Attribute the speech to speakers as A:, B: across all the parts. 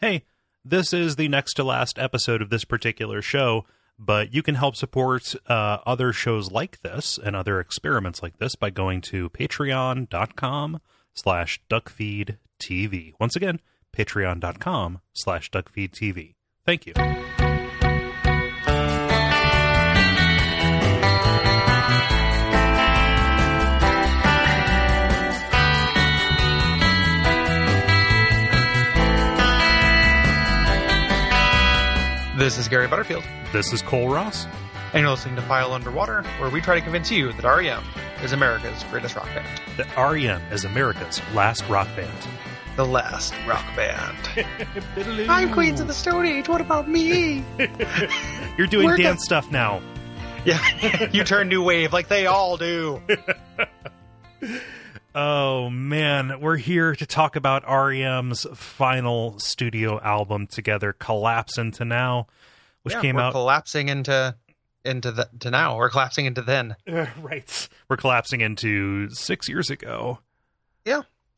A: hey, this is the next to last episode of this particular show, but you can help support uh, other shows like this and other experiments like this by going to patreon.com slash duckfeedtv. Once again, patreon.com slash duckfeedtv. Thank you.
B: This is Gary Butterfield,
A: This is Cole Ross.
B: and you're listening to File Underwater, where we try to convince you that REM is America's greatest rock band.
A: The REM is America's last rock band.
B: The last rock band. I'm Queens of the Stone Age, what about me?
A: You're doing
B: We're the-
A: dance stuff now.
B: yeah, you turn new wave like they all do.
A: Oh man, we're here to talk about REM's final studio album together, Collapse into Now, which
B: Yeah,
A: came
B: we're
A: out
B: collapsing into into the, to now. We're collapsing into then.
A: Uh, right. We're collapsing into 6 years ago.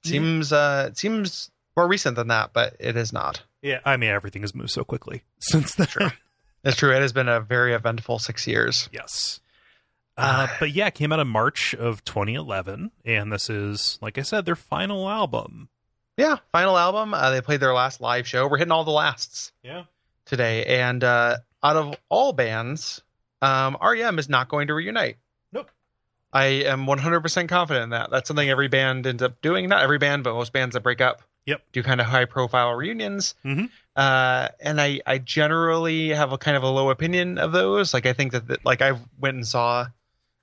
B: Seems uh it seems more recent than that, but it is not.
A: Yeah, I mean everything has moved so quickly since then.
B: Sure. It's true. It has been a very eventful six years.
A: Yes. Uh,
B: Ah.
A: but yeah, it came out in March of 2011, and this is, like I said, their final album.
B: Yeah, final album. Uh, they played their last live show. We're hitting all the lasts.
A: Yeah.
B: today, and uh, out of all bands, um, REM is not going to reunite.
A: Nope.
B: I am 100% confident in that. That's something every band ends up doing. Not every band, but most bands that break up
A: Yep.
B: do kind of high profile reunions.
A: Mhm.
B: Uh, and I, I generally have a kind of a low opinion of those. Like I think that, that like I went and saw.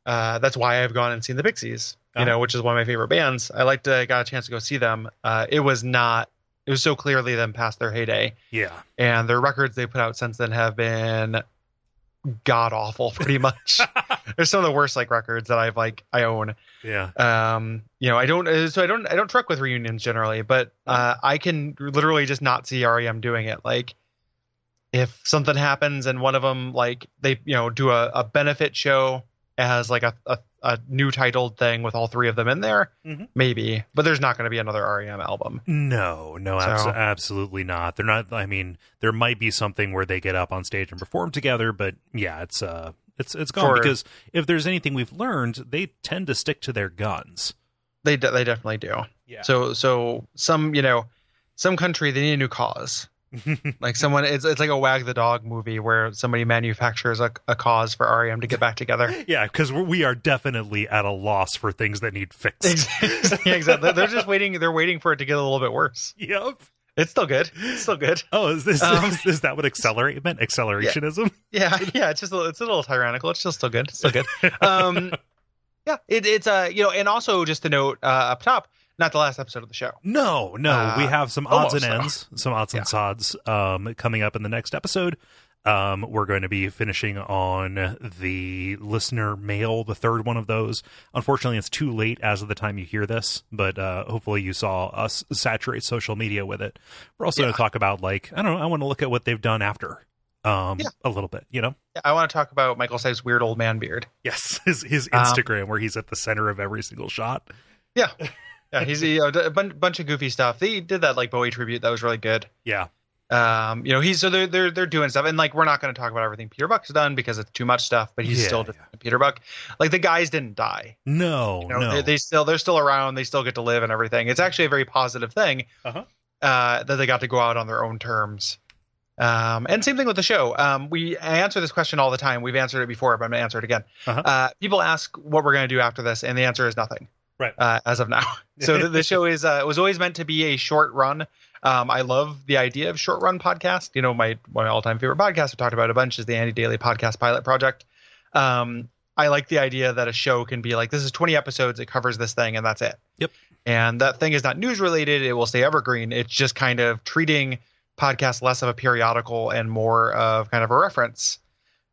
B: Uh, that's why I've gone and seen the Pixies,
A: Uh-huh.
B: you know, which is one of my favorite bands. I liked, uh, got a chance to go see them. Uh, it was not, it was so clearly them past their heyday
A: Yeah.
B: and their records they put out since then have been god awful pretty much they're some of the worst like records that i've like i own
A: Yeah.
B: um you know i don't uh, so i don't i don't truck with reunions generally but uh i can literally just not see rem doing it like if something happens and one of them like they you know do a, a benefit show as like a, a a new titled thing with all three of them in there
A: Mhm.
B: maybe but there's not going to be another rem album
A: No, no, abso-
B: So-
A: absolutely not. They're not. I mean, there might be something where they get up on stage and perform together, but yeah, it's uh, it's it's gone
B: For-
A: because if there's anything we've learned, they tend to stick to their guns.
B: They de- they definitely do.
A: Yeah.
B: So so some you know, some country they need a new cause. Like someone, it's it's like a wag the dog movie where somebody manufactures a, a cause for REM to get back together.
A: yeah, because we are definitely at a loss for things that need fixed.
B: exactly. exactly. They're just waiting. They're waiting for it to get a little bit worse.
A: yep.
B: It's still good. It's still good.
A: Oh, is this
B: Um,
A: is, is that what accelerate meant? Accelerationism.
B: Yeah, yeah. It's just a, it's a little tyrannical. It's just still good. It's still good. Um, yeah. It, it's uh you know, and also just to note uh, up top, not the last episode of the show.
A: No, no,
B: Uh,
A: we have some odds and ends,
B: almost,
A: some odds and sods um, coming up in the next episode. Um, we're going to be finishing on the listener mail, the third one of those. Unfortunately, it's too late as of the time you hear this, but uh, hopefully, you saw us saturate social media with it. We're also going
B: Yeah.
A: to talk about like I don't know. I want to look at what they've done after, um,
B: Yeah.
A: a little bit. You know,
B: I want to talk about Michael Stipe's weird old man beard.
A: yes, his his
B: Um,
A: Instagram where he's at the center of every single shot.
B: Yeah, yeah, he's you know, a bun- bunch of goofy stuff. They did that like Bowie tribute that was really good.
A: Yeah,
B: Um, you know, he's so they're they're they're doing stuff, and like we're not going to talk about everything Peter Buck's done because it's too much stuff. But he's
A: Yeah,
B: still just Peter Buck. Like the guys didn't die.
A: no,
B: You know,
A: no,
B: they, they still they're still around. They still get to live and everything. It's actually a very positive thing
A: Uh-huh.
B: uh, that they got to go out on their own terms. Um, and same thing with the show. Um, we I answer this question all the time. We've answered it before, but I'm going to answer it again.
A: Uh-huh.
B: Uh, people ask what we're going to do after this, and the answer is nothing.
A: Right.
B: Uh, as of now. So the, the show is uh, it was always meant to be a short run. Um, I love the idea of short run podcast. You know, my one of my all time favorite podcast we talked about a bunch is the Andy Daily Podcast Pilot Project. Um, I like the idea that a show can be like this is 20 episodes, it covers this thing, and that's it.
A: Yep.
B: And that thing is not news related; it will stay evergreen. It's just kind of treating podcasts less of a periodical and more of kind of a reference.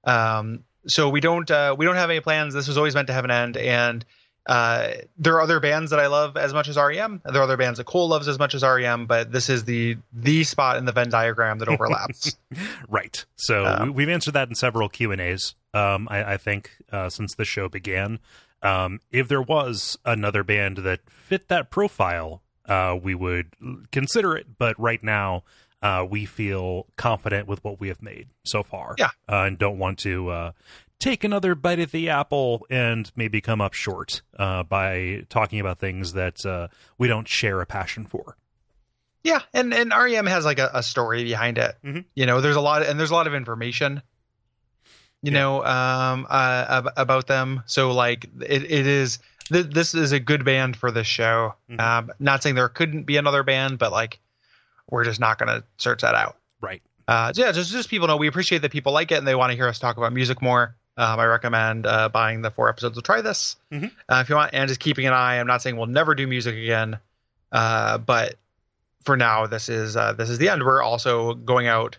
B: Um, so we don't uh, we don't have any plans. This was always meant to have an end, and uh, there are other bands that I love as much as REM. There are other bands that Cole loves as much as REM, but this is the the spot in the Venn diagram that overlaps.
A: Right. So
B: Um,
A: we- we've answered that in several Q and A's. Um, I, I think uh, since the show began, um, if there was another band that fit that profile, uh, we would l- consider it. But right now, uh, we feel confident with what we have made so far.
B: Yeah.
A: Uh, and don't want to uh, take another bite at the apple and maybe come up short uh, by talking about things that uh, we don't share a passion for.
B: Yeah, and and REM has like a, a story behind it.
A: Mhm.
B: You know, there's a lot and there's a lot of information. You
A: Yeah.
B: know, um, uh, ab- about them. So like, it, it is th- this is a good band for this show.
A: Mhm.
B: Um, not saying there couldn't be another band, but like, we're just not gonna search that out.
A: Right.
B: Uh, so yeah, just just people know we appreciate that people like it and they want to hear us talk about music more. Um, I recommend uh, buying the four episodes of Try This
A: Mhm.
B: uh, if you want, and just keeping an eye. I'm not saying we'll never do music again, uh, but for now, this is uh, this is the end. We're also going out.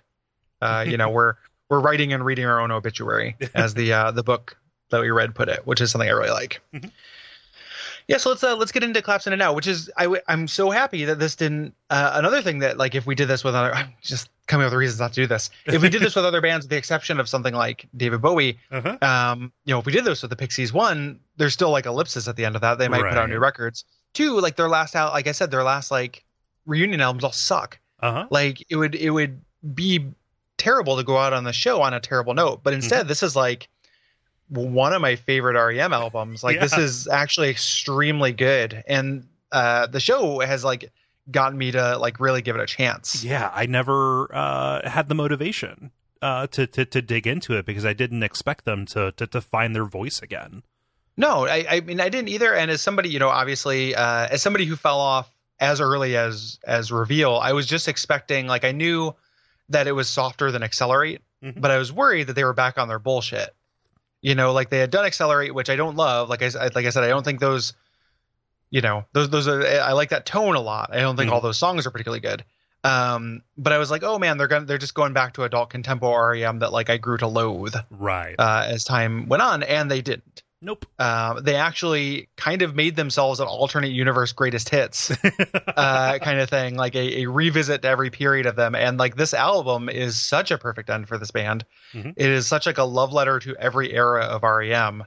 B: Uh, you know, we're we're writing and reading our own obituary, as the uh, the book that we read put it, which is something I really like.
A: Mhm.
B: Yeah, so let's uh, let's get into collapse in and now, which is I w- I'm so happy that this didn't. Uh, another thing that like if we did this with other, I'm just coming up with reasons not to do this. If we did this with other bands, with the exception of something like David Bowie,
A: Uh-huh.
B: um, you know, if we did this with the Pixies, one, there's still like ellipsis at the end of that. They might put out new
A: Right.
B: records. Two, like their last out, like I said, their last like reunion albums all suck.
A: Uh-huh.
B: Like it would it would be terrible to go out on the show on a terrible note.
A: Mm-hmm.
B: But instead, this is like one of my favorite REM albums. Like this
A: Yeah.
B: is actually extremely good, and uh, the show has like gotten me to like really give it a chance.
A: Yeah, I never uh, had the motivation uh, to, to to dig into it because I didn't expect them to to, to find their voice again.
B: No, I, I mean I didn't either. And as somebody, you know, obviously, uh, as somebody who fell off as early as as reveal, I was just expecting like I knew that it was softer than accelerate,
A: Mhm.
B: but I was worried that they were back on their bullshit. You know, like they had done accelerate, which I don't love. Like I s- like I said, I don't think those, you know, those those are, I like that tone a lot. I don't think
A: Mhm.
B: all those songs are particularly good. Um, but I was like, oh man, they're gonna they're just going back to adult contempo REM that like I grew to loathe
A: Right.
B: uh, as time went on, and they didn't
A: nope.
B: uh, they actually kind of made themselves an alternate universe greatest hits uh, kind of thing, like a, a revisit to every period of them. And like this album is such a perfect end for this band.
A: Mhm.
B: It is such like a love letter to every era of REM.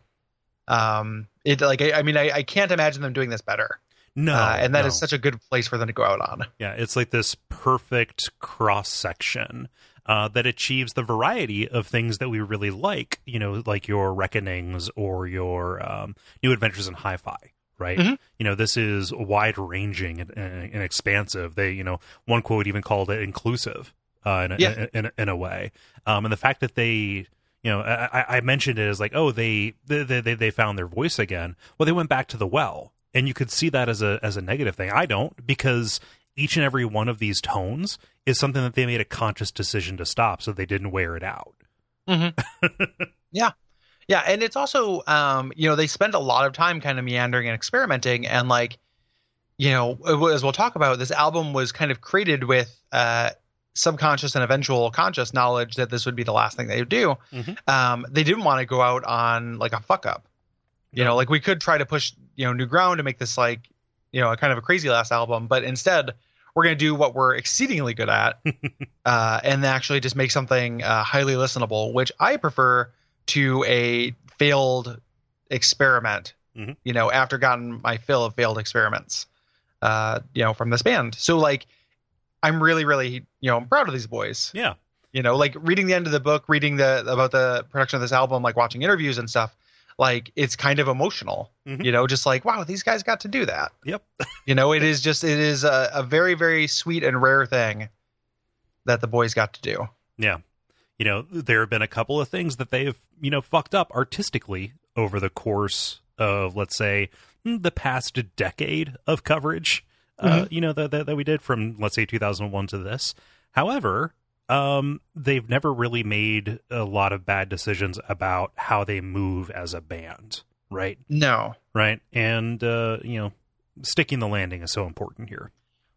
B: Um, it like I, I mean I, I can't imagine them doing this better.
A: no,
B: uh, and that is
A: no.
B: such a good place for them to go out on.
A: Yeah, it's like this perfect cross section uh, that achieves the variety of things that we really like, you know, like your Reckonings or your um, New Adventures in Hi Fi, right?
B: Mhm.
A: You know, this is wide ranging and, and, and expansive. They, you know, one quote even called it inclusive uh, in, a,
B: Yeah.
A: in, in, a- in a way. Um, and the fact that they, you know, I, I- I mentioned it as like, oh, they they, they they found their voice again. Well, they went back to the well, and you could see that as a as a negative thing. I don't because each and every one of these tones is something that they made a conscious decision to stop, so they didn't wear it out.
B: Yeah, and it's also um, you know, they spend a lot of time kind of meandering and experimenting and like you know, as we'll talk about, this album was kind of created with uh subconscious and eventual conscious knowledge that this would be the last thing they would do.
A: Mhm.
B: Um they didn't want to go out on like a fuck up. You know, like we could try to push, you know, new ground to make this like, you know, a kind of a crazy last album, but instead we're going to do what we're exceedingly good at uh, and actually just make something uh, highly listenable, which I prefer to a failed experiment.
A: Mhm.
B: You know, after gotten my fill of failed experiments, uh, you know, from this band. So like, I'm really, really, you know, I'm proud of these boys.
A: Yeah.
B: You know, like reading the end of the book, reading the about the production of this album, like watching interviews and stuff. Like it's kind of emotional.
A: Mhm.
B: You know, just like wow, these guys got to do that.
A: Yep.
B: You know, it is just it is a, a very, very sweet and rare thing that the boys got to do.
A: you know, there have been a couple of things that they've, you know, fucked up artistically over the course of, let's say, mm, the past decade of coverage, uh, you know, that, that, that we did from, let's say, 2001 to this. However, um, they've never really made a lot of bad decisions about how they move as a band, right?
B: No.
A: Right. And, uh, you know, sticking the landing is so important here.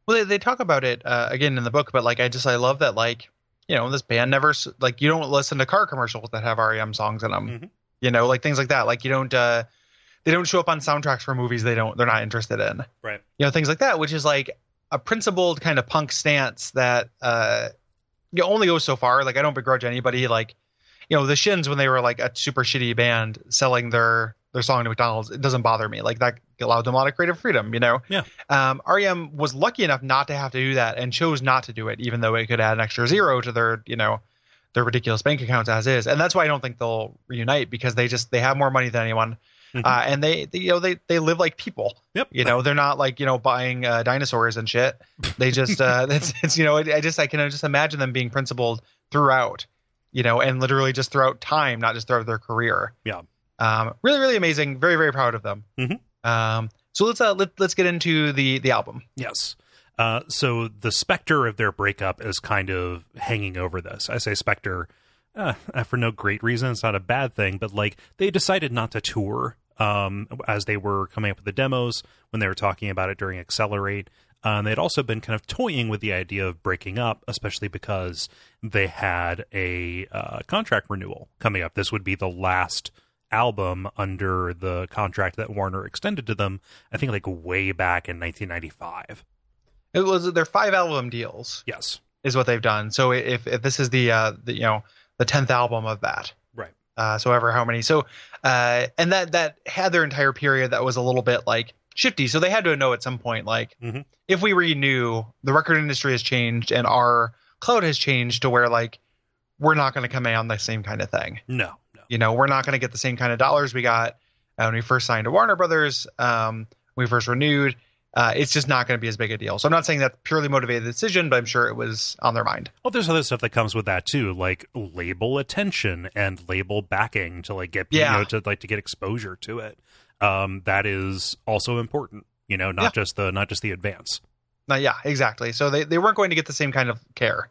B: Well, they, they talk about it uh, again in the book, but like I just I love that like you know this band never s- like you don't listen to car commercials that have REM songs in them,
A: Mhm.
B: you know like things like that. Like you don't uh, they don't show up on soundtracks for movies they don't they're not interested in,
A: Right.
B: you know things like that, which is like a principled kind of punk stance that uh you only go so far. Like I don't begrudge anybody like you know the Shins when they were like a super shitty band selling their their song to McDonald's, it doesn't bother me. Like that allowed them a lot of creative freedom, you know.
A: Yeah.
B: Um, REM was lucky enough not to have to do that and chose not to do it, even though it could add an extra zero to their, you know, their ridiculous bank accounts as is. And that's why I don't think they'll reunite because they just they have more money than anyone.
A: Mhm.
B: Uh, and they, they, you know, they they live like people.
A: Yep.
B: You know, they're not like you know buying uh, dinosaurs and shit. They just uh, it's, it's you know, I I just I can just imagine them being principled throughout, you know, and literally just throughout time, not just throughout their career.
A: Yeah.
B: Um, really, really amazing. Very, very proud of them.
A: Mhm.
B: Um, so let's uh, let, let's get into the the album.
A: Yes. Uh, so the specter of their breakup is kind of hanging over this. I say specter uh, for no great reason. It's not a bad thing, but like they decided not to tour um, as they were coming up with the demos when they were talking about it during Accelerate. Um, they'd also been kind of toying with the idea of breaking up, especially because they had a uh, contract renewal coming up. This would be the last album under the contract that Warner extended to them, I think like way back in 1995.
B: It was their five album deals
A: Yes.
B: is what they've done. So if, if this is the uh, the you know the tenth album of that,
A: Right.
B: Uh, so ever how many? So uh, and that that had their entire period that was a little bit like shifty. So they had to know at some point like
A: Mhm.
B: if we renew, the record industry has changed and our cloud has changed to where like we're not going to come out on the same kind of thing.
A: No. No.
B: you know, we're not going to get the same kind of dollars we got uh, when we first signed to Warner Brothers, um, when we first renewed. Uh, it's just not going to be as big a deal. So I'm not saying that's purely motivated decision, but I'm sure it was on their mind.
A: Well, there's other stuff that comes with that too, like label attention and label backing to like get
B: Yeah.
A: you know to like to get exposure to it. Um, that is also important. You know, not
B: Yeah.
A: just the not just the advance.
B: No, yeah, exactly. So they, they weren't going to get the same kind of care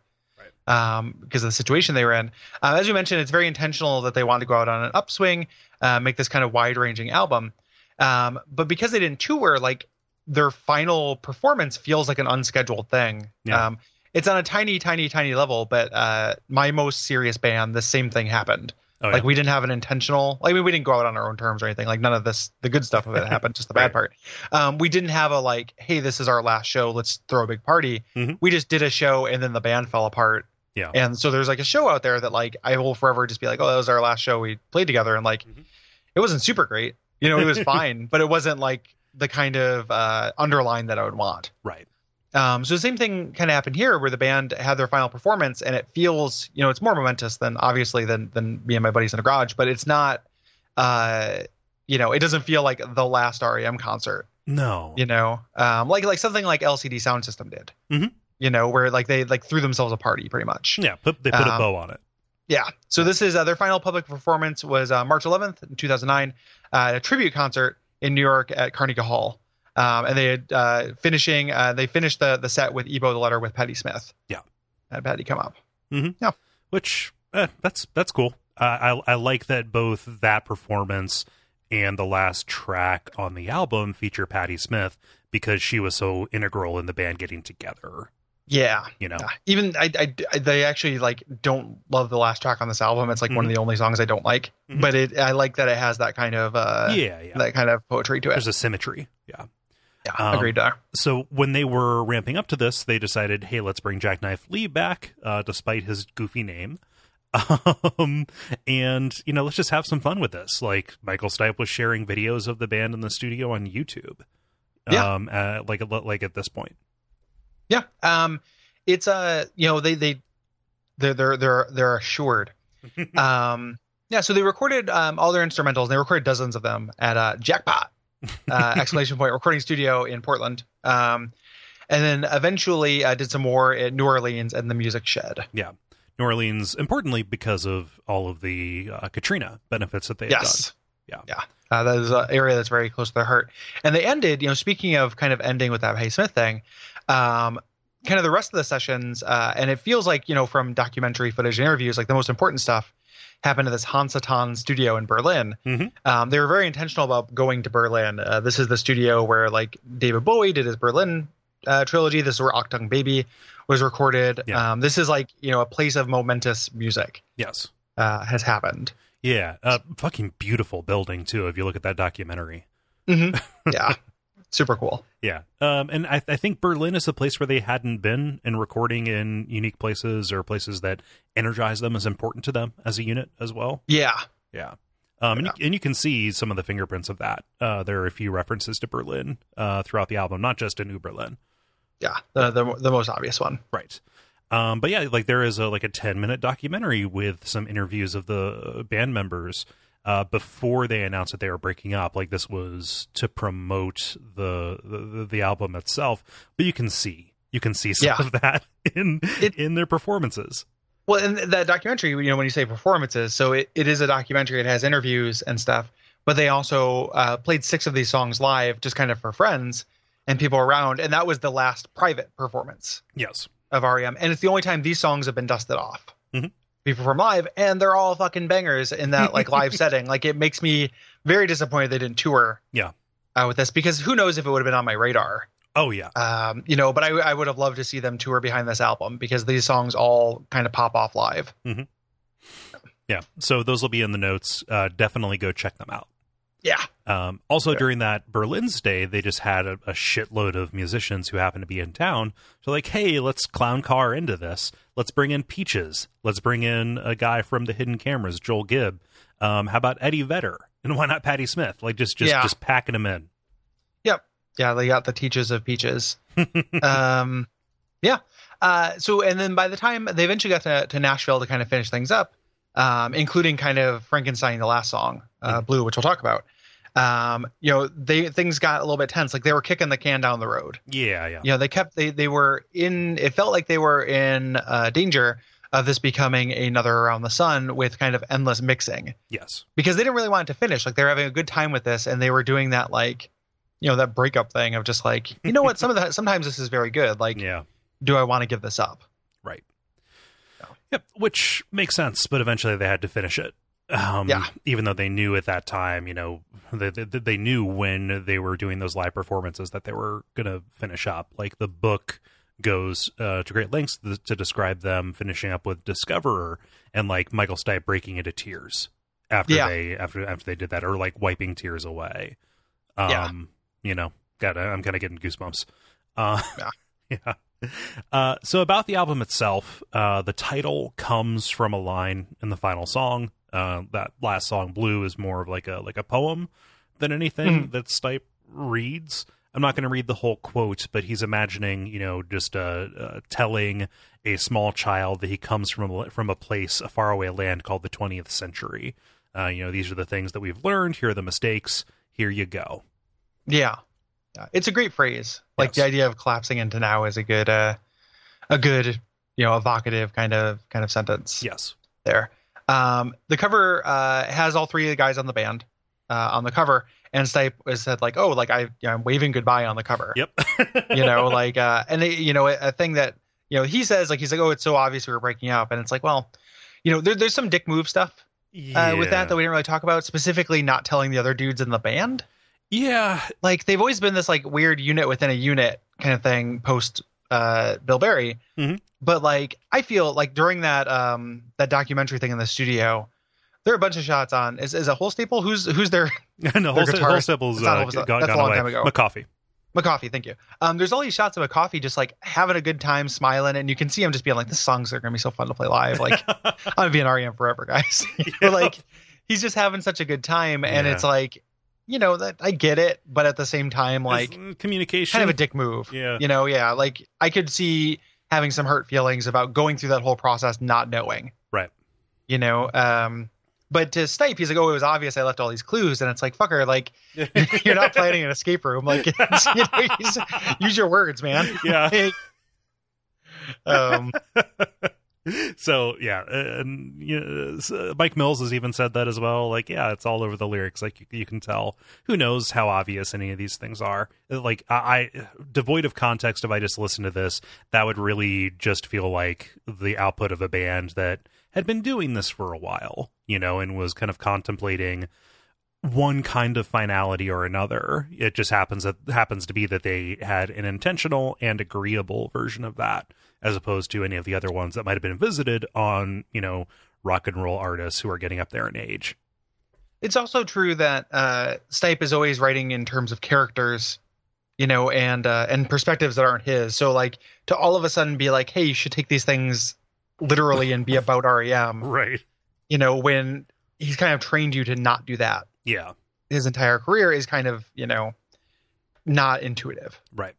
B: um, because of the situation they were in. Uh, as you mentioned, it's very intentional that they wanted to go out on an upswing, uh, make this kind of wide ranging album. Um, but because they didn't tour, like their final performance feels like an unscheduled thing.
A: Yeah.
B: Um, it's on a tiny, tiny, tiny level, but uh, my most serious band, the same thing happened.
A: Oh,
B: Like
A: yeah.
B: we didn't have an intentional. Like, I mean, we didn't go out on our own terms or anything. Like none of this, the good stuff of it happened. Just the bad part. Um, we didn't have a like, hey, this is our last show. Let's throw a big party.
A: Mhm.
B: We just did a show, and then the band fell apart.
A: Yeah.
B: And so there's like a show out there that like I will forever just be like, oh, that was our last show we played together, and like,
A: Mhm.
B: it wasn't super great. You know, it was fine, but it wasn't like the kind of uh, underline that I would want.
A: right.
B: Um, so the same thing kind of happened here, where the band had their final performance, and it feels, you know, it's more momentous than obviously than than me and my buddies in the garage, but it's not, uh, you know, it doesn't feel like the last REM concert,
A: No.
B: you know, um, like like something like LCD Sound System did,
A: Mhm.
B: you know, where like they like threw themselves a party pretty much.
A: Yeah. Put, they put a
B: Um,
A: bow on it.
B: Yeah. So this is uh, their final public performance was uh, March 11th, 2009, uh, at a tribute concert in New York at Carnegie Hall. Um, and they had uh, finishing uh, they finished the the set with Ebo the letter with Patti Smith.
A: Yeah.
B: Had Patti come up.
A: which eh, that's that's cool. Uh, I I like that both that performance and the last track on the album feature Patti Smith because she was so integral in the band getting together.
B: Yeah.
A: You know,
B: Yeah. Even I, I- I- they actually like don't love the last track on this album. It's like
A: Mm-hmm.
B: one of the only songs I don't like,
A: Mhm.
B: but it I like that it has that kind of uh
A: yeah, yeah.
B: that kind of poetry to
A: There's
B: it.
A: a symmetry. Yeah.
B: Yeah.
A: um,
B: agreed. There.
A: so when they were ramping up to this, they decided, hey, let's bring Jackknife Lee back, uh, despite his goofy name. Um, and, you know, let's just have some fun with this. Like, Michael Stipe was sharing videos of the band in the studio on YouTube.
B: Yeah.
A: Um, uh, like, like at this point.
B: Yeah. Um, it's uh, you know, they they they're they're they're they're assured. um, yeah. So they recorded um, all their instrumentals. And they recorded dozens of them at uh, Jackpot uh, exclamation point recording studio in Portland. Um, and then eventually uh, did some more at New Orleans and the Music Shed.
A: New Orleans, importantly, because of all of the uh, Katrina benefits that they had done.
B: yes.
A: Yeah.
B: Yeah. Uh, that is an area that's very close to their heart. And they ended, you know, speaking of kind of ending with that Hey Smith thing, um, kind of the rest of the sessions, uh, and it feels like, you know, from documentary footage and interviews, like the most important stuff happened at this Hansatan studio in Berlin.
A: Mhm.
B: Um, they were very intentional about going to Berlin. Uh, this is the studio where, like, David Bowie did his Berlin uh, trilogy. This is where Octung Baby was recorded.
A: Yeah.
B: Um, this is, like, you know, a place of momentous music
A: Yes.
B: uh, has happened.
A: Yeah. Uh, fucking beautiful building, too, if you look at that documentary.
B: hmm Yeah. Super cool.
A: Yeah. Um, and I, I think Berlin is the place where they hadn't been, and recording in unique places or places that energize them is important to them as a unit as well.
B: Yeah.
A: Yeah. Um, and,
B: Yeah.
A: you, and you can see some of the fingerprints of that. Uh, there are a few references to Berlin uh, throughout the album, not just in New Berlin.
B: Yeah, the the, the most obvious one.
A: Right. Um, but yeah, like there is a like a ten minute documentary with some interviews of the band members uh, before they announced that they were breaking up. Like this was to promote the the, the album itself. But you can see you can see some
B: Yeah.
A: of that in
B: It-
A: in their performances.
B: Well, and that documentary, you know, when you say performances, so it, it is a documentary. It has interviews and stuff, but they also uh, played six of these songs live, just kind of for friends and people around. And that was the last private performance
A: Yes.
B: of REM, and it's the only time these songs have been dusted off.
A: Mhm.
B: Be performed live, and they're all fucking bangers in that like live setting. Like it makes me very disappointed they didn't tour.
A: Yeah.
B: Uh, with this, because who knows if it would have been on my radar
A: Oh yeah.
B: um, you know, but I, I would have loved to see them tour behind this album because these songs all kind of pop off live.
A: Yeah. So those will be in the notes. Uh, definitely go check them out.
B: Yeah,
A: Um, also,
B: Yeah.
A: during that Berlin stay, they just had a, a shitload of musicians who happened to be in town. So, like, hey, let's clown car into this. Let's bring in Peaches. Let's bring in a guy from the Hidden Cameras, Joel Gibb. Um, how about Eddie Vedder? And why not Patti Smith? Like, just just
B: Yeah.
A: just packing them in.
B: yeah, they got the teachers of peaches. um, yeah. Uh, so and then by the time they eventually got to, to Nashville to kind of finish things up, um, including kind of Frankenstein, the last song, uh, Blue, which we'll talk about. Um, you know, they things got a little bit tense. Like they were kicking the can down the road.
A: Yeah, yeah,
B: you know they kept they they were in it felt like they were in uh, danger of this becoming another around the sun with kind of endless mixing
A: yes,
B: because they didn't really want it to finish like they were having a good time with this and they were doing that like you know that breakup thing of just like you know what some of that sometimes this is very good like
A: yeah,
B: do i want to give this up
A: right.
B: Yeah.
A: Yep, which makes sense. But eventually, they had to finish it. Um,
B: Yeah.
A: Even though they knew at that time, you know, they, they, they knew when they were doing those live performances that they were going to finish up. Like the book goes uh, to great lengths th- to describe them finishing up with Discoverer and like Michael Stipe breaking into tears after
B: Yeah.
A: they after after they did that, or like wiping tears away. Um,
B: Yeah.
A: You know, God, I- I'm kind of getting goosebumps. Uh,
B: Yeah.
A: yeah. Uh, so about the album itself, uh, the title comes from a line in the final song. Uh, that last song, "Blue," is more of like a like a poem than anything
B: Hmm.
A: that Stipe reads. I'm not going to read the whole quote, but he's imagining, you know, just uh, uh, telling a small child that he comes from a, from a place, a faraway land called the 20th century. Uh, you know, these are the things that we've learned. Here are the mistakes. Here you go.
B: yeah, yeah. it's a great phrase like
A: Yes.
B: the idea of collapsing into now is a good uh a good you know evocative kind of kind of sentence
A: Yes.
B: there. Um, the cover uh, has all three of the guys on the band uh, on the cover, and Stipe was said like, "Oh, like I, you know, I'm waving goodbye on the cover."
A: Yep.
B: You know, like, uh, and it, you know, a, a thing that you know he says like he's like, "Oh, it's so obvious we were breaking up," and it's like, well, you know, there, there's some dick move stuff uh, with
A: Yeah.
B: that that we didn't really talk about, specifically not telling the other dudes in the band.
A: yeah.
B: Like they've always been this like weird unit within a unit kind of thing post uh, Bill Berry.
A: Mhm.
B: But like I feel like during that um that documentary thing in the studio, there are a bunch of shots on is is a whole staple who's who's their
A: no, whole,
B: guitarist-
A: whole Stipple's
B: it's not
A: uh,
B: Whole Stipple.
A: gone,
B: That's a
A: gone away.
B: long time ago.
A: McCoffey.
B: McCoffey, thank you. Um there's all these shots of McCoffey just like having a good time, smiling, and you can see him just being like, This songs are gonna be so fun to play live. Like I'm gonna be an REM forever, guys. but like he's just having such a good time and
A: Yeah.
B: it's like you know that I get it, but at the same time, like
A: It's, mm, communication.
B: kind of a dick move.
A: Yeah.
B: You know, yeah. Like I could see having some hurt feelings about going through that whole process not knowing.
A: Right.
B: You know, um but to Stipe, he's like, "Oh, it was obvious. I left all these clues." And it's like, "Fucker, like you're not planning an escape room. Like, it's- you know, use, use your words, man."
A: yeah.
B: um,
A: so yeah, uh, and you know, so Mike Mills has even said that as well. Like, yeah, it's all over the lyrics. Like, you, you can tell. Who knows how obvious any of these things are? Uh, Like, I, I devoid of context. If I just listen to this, that would really just feel like the output of a band that had been doing this for a while, you know, and was kind of contemplating one kind of finality or another. It just happens that happens to be that they had an intentional and agreeable version of that, as opposed to any of the other ones that might have been visited on, you know, rock and roll artists who are getting up there in age.
B: it's also true that uh, Stipe is always writing in terms of characters, you know, and uh, and perspectives that aren't his. So like to all of a sudden be like, "Hey, E you should take these things literally and be about REM."
A: Right.
B: you know when he's kind of trained you to not do that.
A: Yeah.
B: His entire career is kind of you know not intuitive.
A: Right.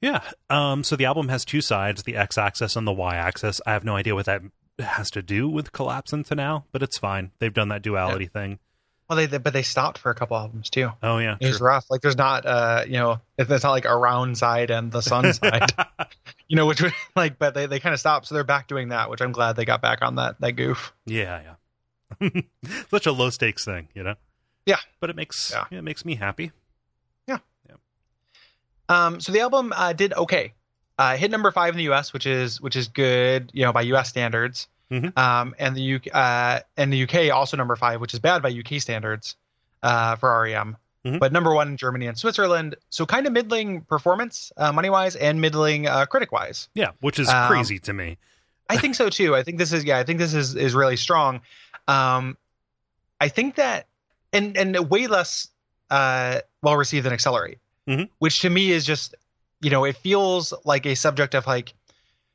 A: Yeah. Um, so the album has two sides, the X axis and the Y axis. I have no idea what that has to do with collapse into now, but it's fine. They've done that duality thing.
B: Well, they, they but they stopped for a couple albums too.
A: Oh yeah.
B: It was
A: true.
B: rough. Like there's not uh you know it- it's not like a round side and the sun side. you know which would- like but they, they kind of stopped so they're back doing that which I'm glad they got back on that that goof.
A: yeah, yeah. Such a low stakes thing, you know?
B: Yeah.
A: But it makes
B: Yeah.
A: it makes me happy.
B: Um so the album uh, did okay. Uh, hit number five in the U.S., which is which is good, you know, by U.S. standards.
A: Mhm.
B: Um, and the UK uh, and the U.K. also number five, which is bad by U.K. standards uh, for REM.
A: Mhm.
B: But number one in Germany and Switzerland, so kind of middling performance uh, money wise and middling uh, critic wise.
A: Yeah, which is
B: Um,
A: crazy to me.
B: I think so too. I think this is yeah. I think this is is really strong. Um, I think that and and way less uh well received than Accelerate,
A: Mhm.
B: which to me is just you know it feels like a subject of like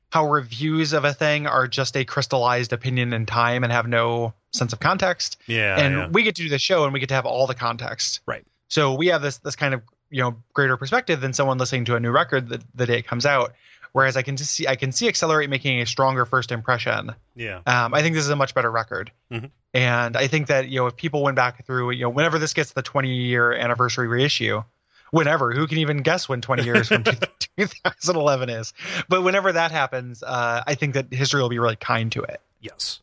B: how reviews of a thing are just a crystallized opinion in time and have no sense of context
A: Yeah.
B: and
A: yeah.
B: we get to do the show and we get to have all the context
A: Right.
B: so we have this this kind of you know greater perspective than someone listening to a new record the, the day it comes out whereas i can just see i can see accelerate making a stronger first impression
A: yeah.
B: um, i think this is a much better record
A: Mhm.
B: and i think that you know if people went back through you know whenever this gets the 20 year anniversary reissue whenever who can even guess when 20 years from 2011 is but whenever that happens uh, i think that history will be really kind to it
A: Yes.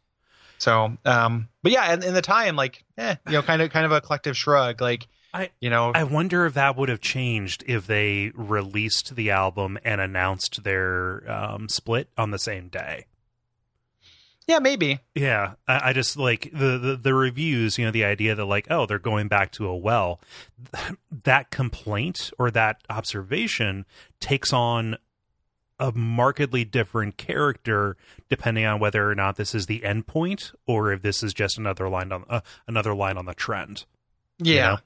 B: so, um, but yeah, and in the time, like, eh, you know, kind of, kind of a collective shrug, like,
A: I-
B: you know,
A: I wonder if that would have changed if they released the album and announced their um, split on the same day.
B: yeah, maybe,
A: Yeah, I, I just like the, the the reviews. You know, the idea that like, oh, they're going back to a well. That complaint or that observation takes on a markedly different character depending on whether or not this is the end point or if this is just another line on uh, another line on the trend.
B: yeah,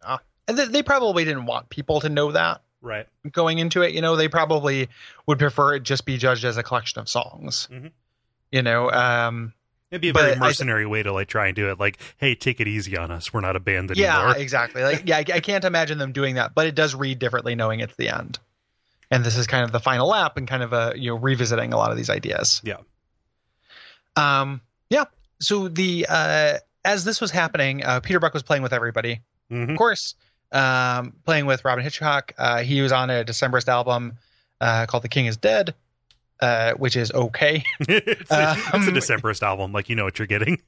B: Uh, and th- they probably didn't want people to know that
A: Right.
B: going into it. You know, they probably would prefer it just be judged as a collection of songs.
A: Mhm.
B: You know, um,
A: It'd be a
B: But
A: very
B: I-
A: mercenary way to like try and do it. Like, hey, take it easy on us. We're not a band
B: yeah,
A: anymore.
B: exactly. Like, yeah, I, I can't imagine them doing that, but it does read differently knowing it's the end. And this is kind of the final lap and kind of a you know revisiting a lot of these ideas.
A: Yeah.
B: Um. Yeah. So the uh, as this was happening, uh, Peter Buck was playing with everybody,
A: Mhm.
B: of course, um, playing with Robin Hitchcock. Uh, he was on a Decemberist album uh, called "The King Is Dead," uh, which is okay.
A: it's, a, it's a
B: Um,
A: Decemberist album. Like, you know what you're getting.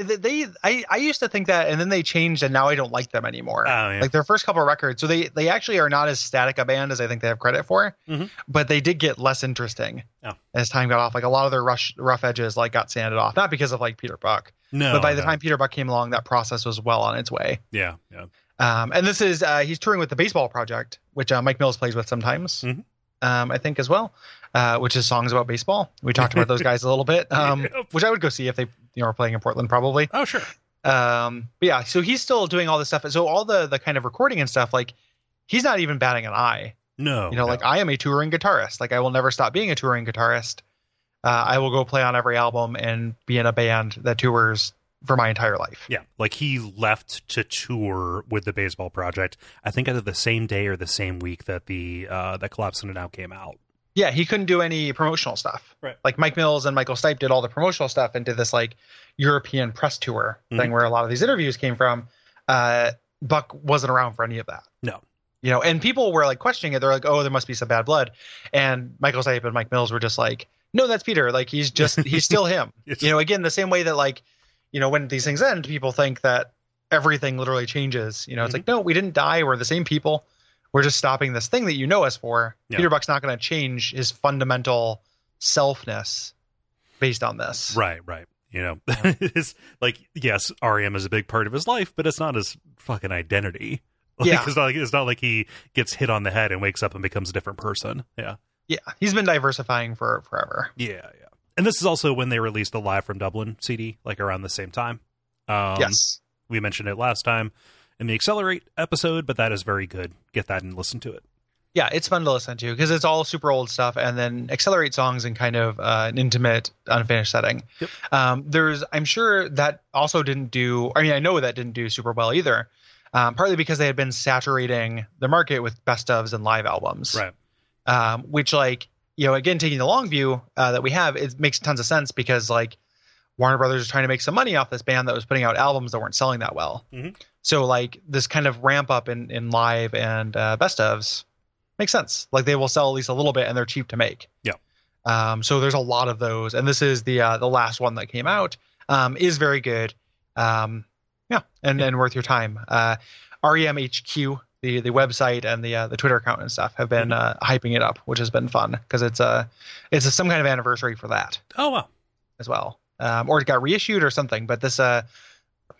B: Th- they I, I used to think that and then they changed and now i don't like them anymore
A: Oh, yeah.
B: like their first couple of records so they they actually are not as static a band as i think they have credit for
A: Mhm.
B: but they did get less interesting
A: Oh.
B: as time got off like a lot of their rush, rough edges like got sanded off not because of like peter buck
A: no.
B: but by the
A: Oh, no.
B: time peter buck came along that process was well on its way
A: Yeah. Yeah.
B: um, and this is uh, he's touring with the baseball project which uh, mike mills plays with sometimes
A: Mhm.
B: um, i think as well uh, which is songs about baseball we talked about those guys a little bit um,
A: Yep.
B: which i would go see if they you know are playing in portland probably
A: Oh, sure.
B: um but yeah so he's still doing all this stuff so all the the kind of recording and stuff like he's not even batting an eye
A: No.
B: you know
A: no.
B: like i am a touring guitarist like i will never stop being a touring guitarist uh, i will go play on every album and be in a band that tours for my entire life
A: Yeah, like he left to tour with the baseball project. I think either the same day or the same week that the uh, that Collapse and Now came out.
B: yeah he couldn't do any promotional stuff
A: Right.
B: like mike mills and michael stipe did all the promotional stuff and did this like european press tour
A: Mhm.
B: thing where a lot of these interviews came from uh buck wasn't around for any of that
A: No.
B: you know and people were like questioning it they're like oh there must be some bad blood and michael stipe and mike mills were just like no that's peter like he's just he's still him
A: It's-
B: you know again the same way that like you know when these things end people think that everything literally changes you know it's
A: Mm-hmm.
B: like no we didn't die we're the same people we're just stopping this thing that you know us for
A: Yeah.
B: peter buck's not going to change his fundamental selfness based on this
A: Right, right. You know, it's like yes, REM is a big part of his life, but it's not his fucking identity. Like,
B: Yeah.
A: it's not like it's not like he gets hit on the head and wakes up and becomes a different person. Yeah,
B: yeah he's been diversifying for forever
A: yeah, yeah. And this is also when they released the Live from Dublin CD, like around the same time. Um,
B: yes
A: we mentioned it last time in the Accelerate episode, but that is very good. Get that and listen to it.
B: yeah, it's fun to listen to because it's all super old stuff, and then accelerate songs in kind of uh, an intimate, unfinished setting.
A: Yep.
B: Um, there's, I'm sure that also didn't do. I mean, I know that didn't do super well either, um, partly because they had been saturating the market with best ofs and live albums,
A: Right.
B: um, which like you know, again, taking the long view uh, that we have, it makes tons of sense because like Warner Brothers is trying to make some money off this band that was putting out albums that weren't selling that well.
A: Mhm.
B: So like this kind of ramp up in in live and uh, best ofs makes sense. Like they will sell at least a little bit, and they're cheap to make.
A: Yeah.
B: Um, so there's a lot of those, and this is the uh, the last one that came out. Um, is very good. Um, yeah, and and worth your time. Uh, REMHQ, the the website and the uh, the Twitter account and stuff have been uh, hyping it up, which has been fun because it's a it's a, some kind of anniversary for that
A: Oh wow.
B: as well, um, or it got reissued or something. But this uh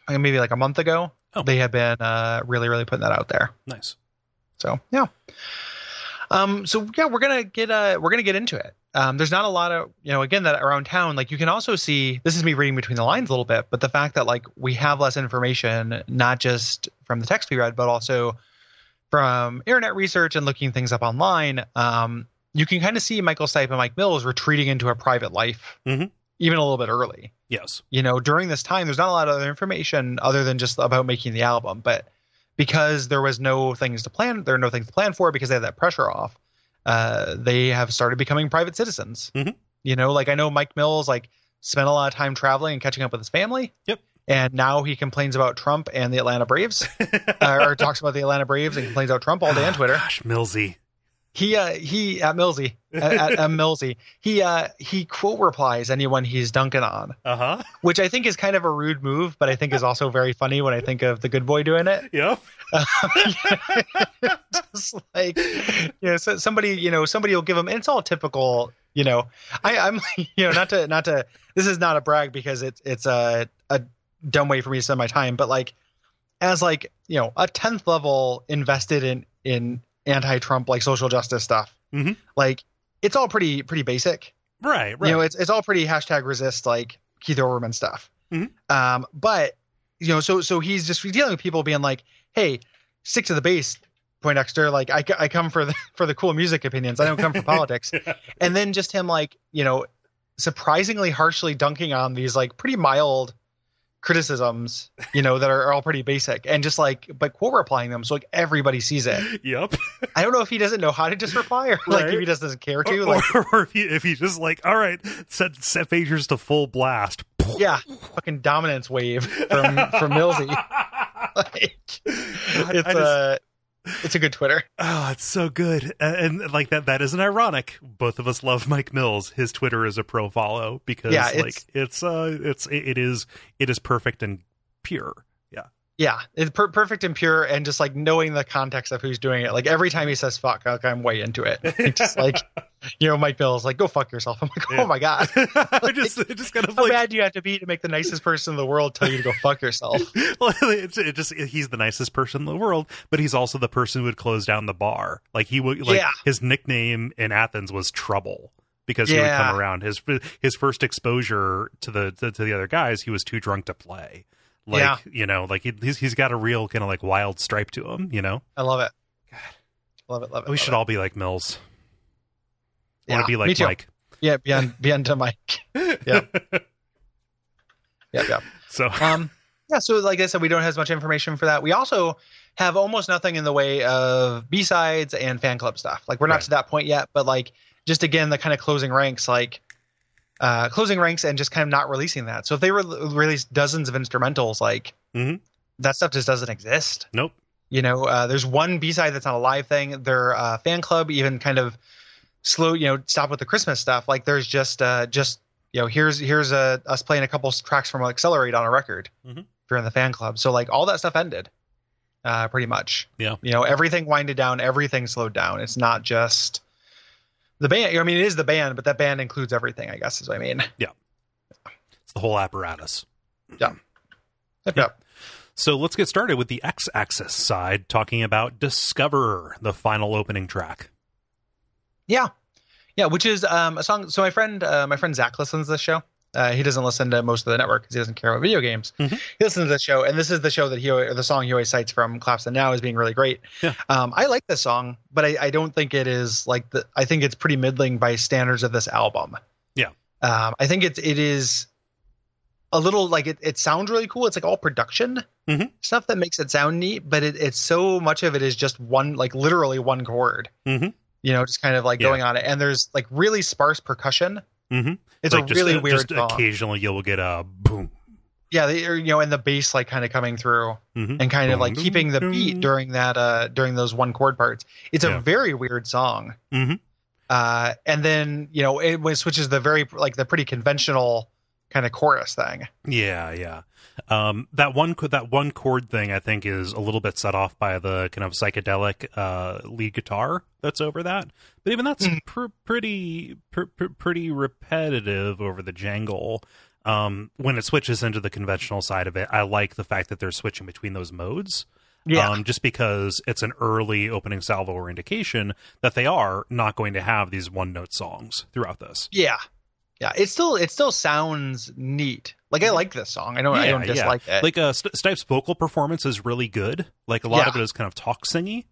B: maybe like a month ago,
A: Oh.
B: they have been uh, really really putting that out there.
A: Nice.
B: So yeah. Um, so yeah, we're gonna get uh, we're gonna get into it. Um, there's not a lot of you know again that around town like you can also see this is me reading between the lines a little bit, but the fact that like we have less information not just from the text we read, but also from internet research and looking things up online. Um, you can kind of see Michael Stipe and Mike Mills retreating into a private life,
A: Mhm.
B: even a little bit early
A: Yes.
B: you know, during this time, there's not a lot of other information other than just about making the album. But because there was no things to plan, there are no things to plan for because they had that pressure off. Uh, they have started becoming private citizens.
A: Mhm.
B: You know, like I know Mike Mills like spent a lot of time traveling and catching up with his family.
A: Yep.
B: And now he complains about Trump and the Atlanta Braves, uh, or talks about the Atlanta Braves and complains about Trump all day on Twitter
A: Ah, Gosh, Millsy.
B: he uh he at Millsy at, at, at Millsy he uh he quote replies anyone he's dunking on,
A: Uh huh.
B: which I think is kind of a rude move, but I think is also very funny when I think of the good boy doing it.
A: Yep.
B: Just like you know, so somebody you know somebody will give him, and it's all typical. You know, I, I'm you know not to not to this is not a brag because it's it's a a dumb way for me to spend my time, but like as like you know a tenth level invested in in anti-Trump like social justice stuff,
A: Mhm.
B: like it's all pretty pretty basic
A: Right. Right.
B: you know it's, it's all pretty hashtag resist like keith olbermann stuff
A: Mhm.
B: um but you know so so he's just dealing with people being like hey stick to the base point exter like I, c- I come for the for the cool music opinions i don't come for politics and then just him like you know surprisingly harshly dunking on these like pretty mild criticisms you know that are, are all pretty basic and just like but quote replying them so like everybody sees it
A: yep.
B: i don't know if he doesn't know how to just reply or like
A: Right.
B: if he just doesn't care
A: Or,
B: to like
A: or- or if, he, if he's just like, all right, set set pagers to full blast.
B: yeah fucking dominance wave from from Millsy. like,
A: God,
B: it's
A: I just-
B: a it's a good Twitter.
A: Oh, it's so good. A- And, like that that isn't ironic. Both of us love Mike Mills. His Twitter is a pro follow because
B: Yeah,
A: like it's uh it's it, it is it is perfect and pure. Yeah.
B: Yeah, it's per- perfect and pure, and just like knowing the context of who's doing it. Like every time he says "fuck," like, I'm way into it. just like you know, Mike Bill's like, "Go fuck yourself." I'm like,
A: Yeah.
B: "Oh my god."
A: I just I just kind of
B: How
A: like
B: bad do you have to be to make the nicest person in the world tell you to go fuck yourself?
A: Well, it's, it just he's the nicest person in the world, but he's also the person who would close down the bar. Like he would, like
B: Yeah.
A: his nickname in Athens was Trouble because he would
B: Yeah.
A: come around. His his first exposure to the to, to the other guys, he was too drunk to play. Like
B: Yeah.
A: you know, like he- he's he's got a real kind of like wild stripe to him. You know,
B: I love it. God, love it, love it.
A: we
B: love
A: should
B: it.
A: all be like Mills.
B: Uh, yeah,
A: Want to be
B: me
A: like
B: too.
A: Mike?
B: Yeah, be on, be on to Mike. Yeah. Yeah, yeah.
A: So
B: um yeah so like i said we don't have as much information for that we also have almost nothing in the way of b-sides and fan club stuff like we're not
A: Right.
B: to that point yet but like just again the kind of closing ranks like uh closing ranks and just kind of not releasing that so if they re- released dozens of instrumentals like
A: Mhm.
B: that stuff just doesn't exist
A: nope.
B: you know uh, there's one b-side that's not a live thing their uh, fan club even kind of slow you know stop with the christmas stuff like there's just uh just you know here's here's uh, us playing a couple tracks from accelerate on a record
A: Mhm.
B: if you're in the fan club so like all that stuff ended uh pretty much
A: Yeah.
B: you know everything winded down everything slowed down it's not just the band i mean it is the band but that band includes everything i guess is what i mean
A: It's the whole apparatus.
B: yep,
A: Yeah.
B: yep.
A: So let's get started with the X axis side, talking about Discoverer, the final opening track.
B: Yeah, yeah, which is um, a song. So my friend, uh, my friend Zach listens to this show, Uh, he doesn't listen to most of the network because he doesn't care about video games.
A: Mhm.
B: He listens to the show, and this is the show that he or the song he always cites from Claps and Now as being really great.
A: Yeah.
B: Um, I like this song, but I, I don't think it is like the. I think it's pretty middling by standards of this album.
A: Yeah.
B: Um, I think it's it is a little like it. It sounds really cool. It's like all production
A: Mhm.
B: stuff that makes it sound neat, but it, it's so much of it is just one like literally one chord.
A: Mhm.
B: You know, just kind of like
A: Yeah.
B: going on it, and there's like really sparse percussion.
A: Mhm.
B: It's
A: like
B: a
A: just,
B: really
A: uh,
B: weird
A: Just
B: song.
A: occasionally you'll get a boom.
B: yeah they, or, you know and the bass like kind of coming through
A: Mhm.
B: and kind of like
A: Dun,
B: keeping the
A: dun, dun.
B: beat during that uh during those one chord parts it's
A: Yeah.
B: a very weird song
A: Mhm.
B: uh and then you know it was- switches the very like the pretty conventional kind of chorus thing
A: Yeah, yeah. Um, that one co- that one chord thing I think is a little bit set off by the kind of psychedelic uh, lead guitar that's over that. But even that's
B: Mhm.
A: pr- pretty pr- pr- pretty repetitive over the jangle. Um, when it switches into the conventional side of it, I like the fact that they're switching between those modes.
B: yeah
A: Um, just because it's an early opening salvo or indication that they are not going to have these one note songs throughout this.
B: yeah yeah it still it still sounds neat like i like this song i don't i
A: Mm-hmm. Yeah,
B: don't
A: yeah.
B: dislike it
A: like uh St- Stipe's vocal performance is really good. Like a lot of
B: Yeah.
A: it is kind of talk singy.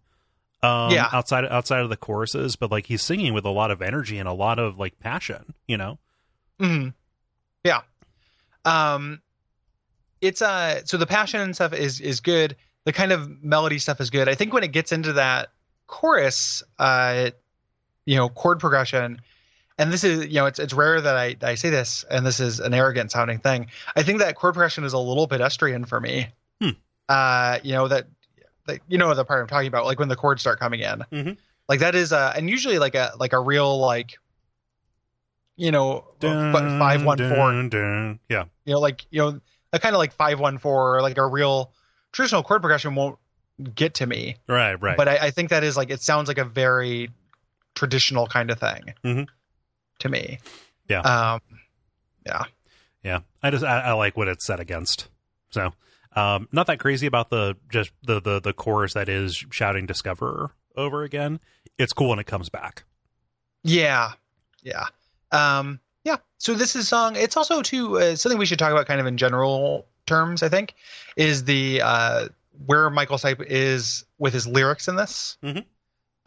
A: Um
B: Yeah.
A: outside outside of the choruses, but like he's singing with a lot of energy and a lot of like passion, you know?
B: hmm Yeah. Um, it's uh, so the passion and stuff is is good. The kind of melody stuff is good. I think when it gets into that chorus, uh, you know, chord progression, and this is you know, it's it's rare that I I say this, and this is an arrogant sounding thing. I think that chord progression is a little pedestrian for me.
A: Hmm.
B: Uh, you know that. that- You know the part I'm talking about, like when the chords start coming in,
A: Mhm.
B: like that is uh, and usually like a like a real like, you know, but five one four
A: Dun, dun. Yeah.
B: you know like you know a kind of like 514 or like a real traditional chord progression won't get to me
A: Right, right.
B: but I, I think that is like it sounds like a very traditional kind of thing
A: Mhm.
B: to me
A: Yeah.
B: um
A: yeah. I just I, I like what it's set against. So um not that crazy about the just the the the chorus that is shouting discoverer over again. It's cool when it comes back.
B: yeah yeah um yeah so this is song it's also too uh, something we should talk about kind of in general terms i think is the uh where michael Stipe is with his lyrics in this
A: Mhm.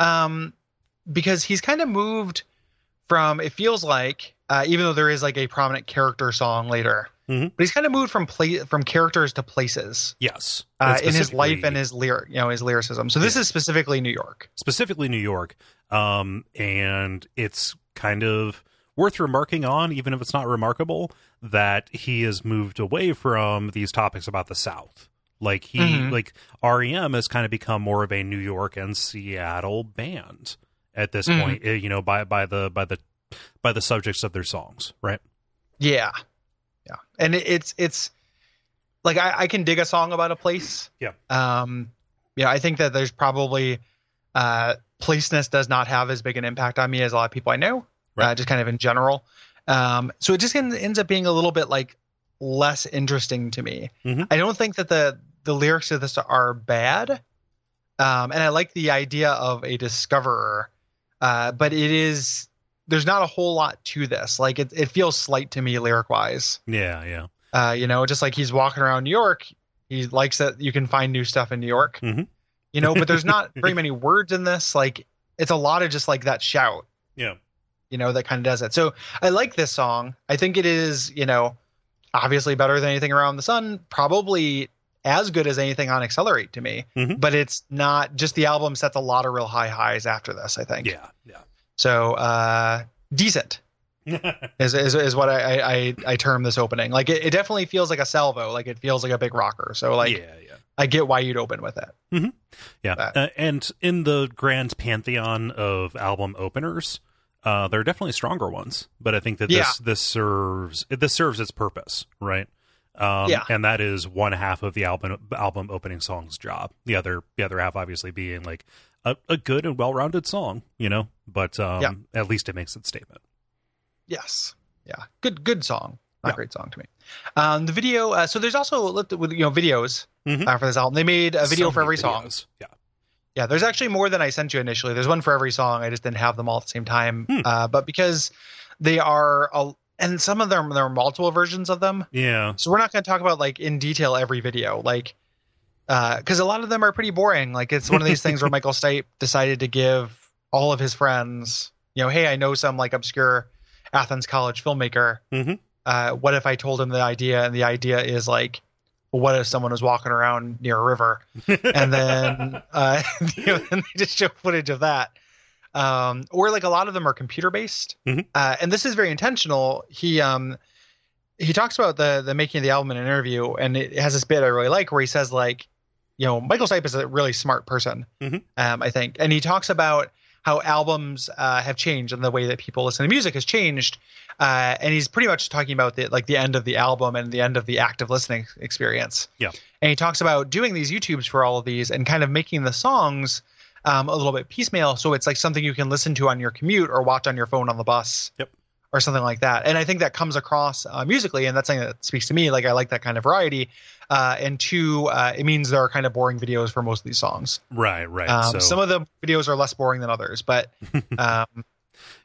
B: um because he's kind of moved from it feels like uh, even though there is like a prominent character song later
A: Mhm.
B: but he's kind of moved from pla- from characters to places
A: Yes.
B: uh,
A: And
B: in his life
A: specifically-
B: and his lyric you know his lyricism so this is specifically new york
A: specifically New York. Um, and it's kind of worth remarking on, even if it's not remarkable, that he has moved away from these topics about the South. Like he,
B: Mhm.
A: like REM has kind of become more of a New York and Seattle band at this
B: Mhm.
A: point. eh, You know, by by the by the by the subjects of their songs, right?
B: Yeah, yeah, and it, it's it's like I, I can dig a song about a place.
A: Yeah.
B: Um. Yeah, I think that there's probably uh, placeness does not have as big an impact on me as a lot of people I know.
A: Right.
B: Uh, just kind of in general. Um. So it just en- ends up being a little bit like less interesting to me.
A: Mhm.
B: I don't think that the the lyrics of this are bad. Um, and I like the idea of a discoverer, uh, but it is there's not a whole lot to this. Like it, it feels slight to me lyric wise.
A: Yeah, yeah,
B: Uh, you know, just like he's walking around New York, he likes that you can find new stuff in New York.
A: Mhm.
B: You know, but there's not very many words in this. Like it's a lot of just like that shout.
A: Yeah.
B: You know, that kind of does it. So I like this song. I think it is, you know, obviously better than anything around the sun. Probably as good as anything on Accelerate to me.
A: Mhm.
B: But it's not just the album sets a lot of real high highs after this. I think.
A: yeah,
B: So uh, decent
A: yeah.
B: is is, is what I, I I- I term this opening. Like it, it definitely feels like a salvo. Like it feels like a big rocker. So like
A: yeah, yeah.
B: I get why you'd open with it.
A: Yeah,
B: But-
A: uh, and in the grand pantheon of album openers, uh, there are definitely stronger ones, but I think that
B: Yeah.
A: this this serves this serves its purpose, right? Um,
B: Yeah.
A: and that is one half of the album album opening song's job. The other the other half, obviously, being like a, a good and well rounded song, you know. But um, at least it makes its statement.
B: Yes. Yeah. Good good song. Not
A: Yeah.
B: great song to me. Um, the video. Uh, so there's also looked at with you know videos
A: Mhm.
B: uh, for this album. They made a video
A: So
B: for
A: many
B: every song.
A: videos. Yeah,
B: Yeah, there's actually more than I sent you initially. There's one for every song. I just didn't have them all at the same time.
A: Hmm.
B: Uh, but because Uh, they are a, and some of them there are multiple versions of them.
A: Yeah.
B: So we're not going to talk about like in detail every video, like because a lot of them are pretty boring. Like it's one of these things where Michael Stipe decided to give all of his friends, you know, hey, I know some like obscure Athens college filmmaker.
A: Mhm.
B: Uh, what if I told him the idea, and the idea is like, what if someone was walking around near a river, and then uh, you know, then they just show footage of that. Um, or like a lot of them are computer based,
A: Mhm.
B: uh, and this is very intentional. He um, he talks about the the making of the album in an interview, and it has this bit I really like where he says like, you know, Michael Stipe is a really smart person,
A: Mhm.
B: um, I think, and he talks about how albums uh, have changed and the way that people listen to music has changed, uh, and he's pretty much talking about the like the end of the album and the end of the active listening experience.
A: Yeah.
B: and he talks about doing these YouTubes for all of these and kind of making the songs. Um, a little bit piecemeal, so it's like something you can listen to on your commute or watch on your phone on the bus or something like that. And I think that comes across uh, musically, and that's something that speaks to me. Like I like that kind of variety. Uh, and two, uh, it means there are kind of boring videos for most of these songs.
A: Right. Right.
B: Um,
A: so
B: Some of the videos are less boring than others, but um, you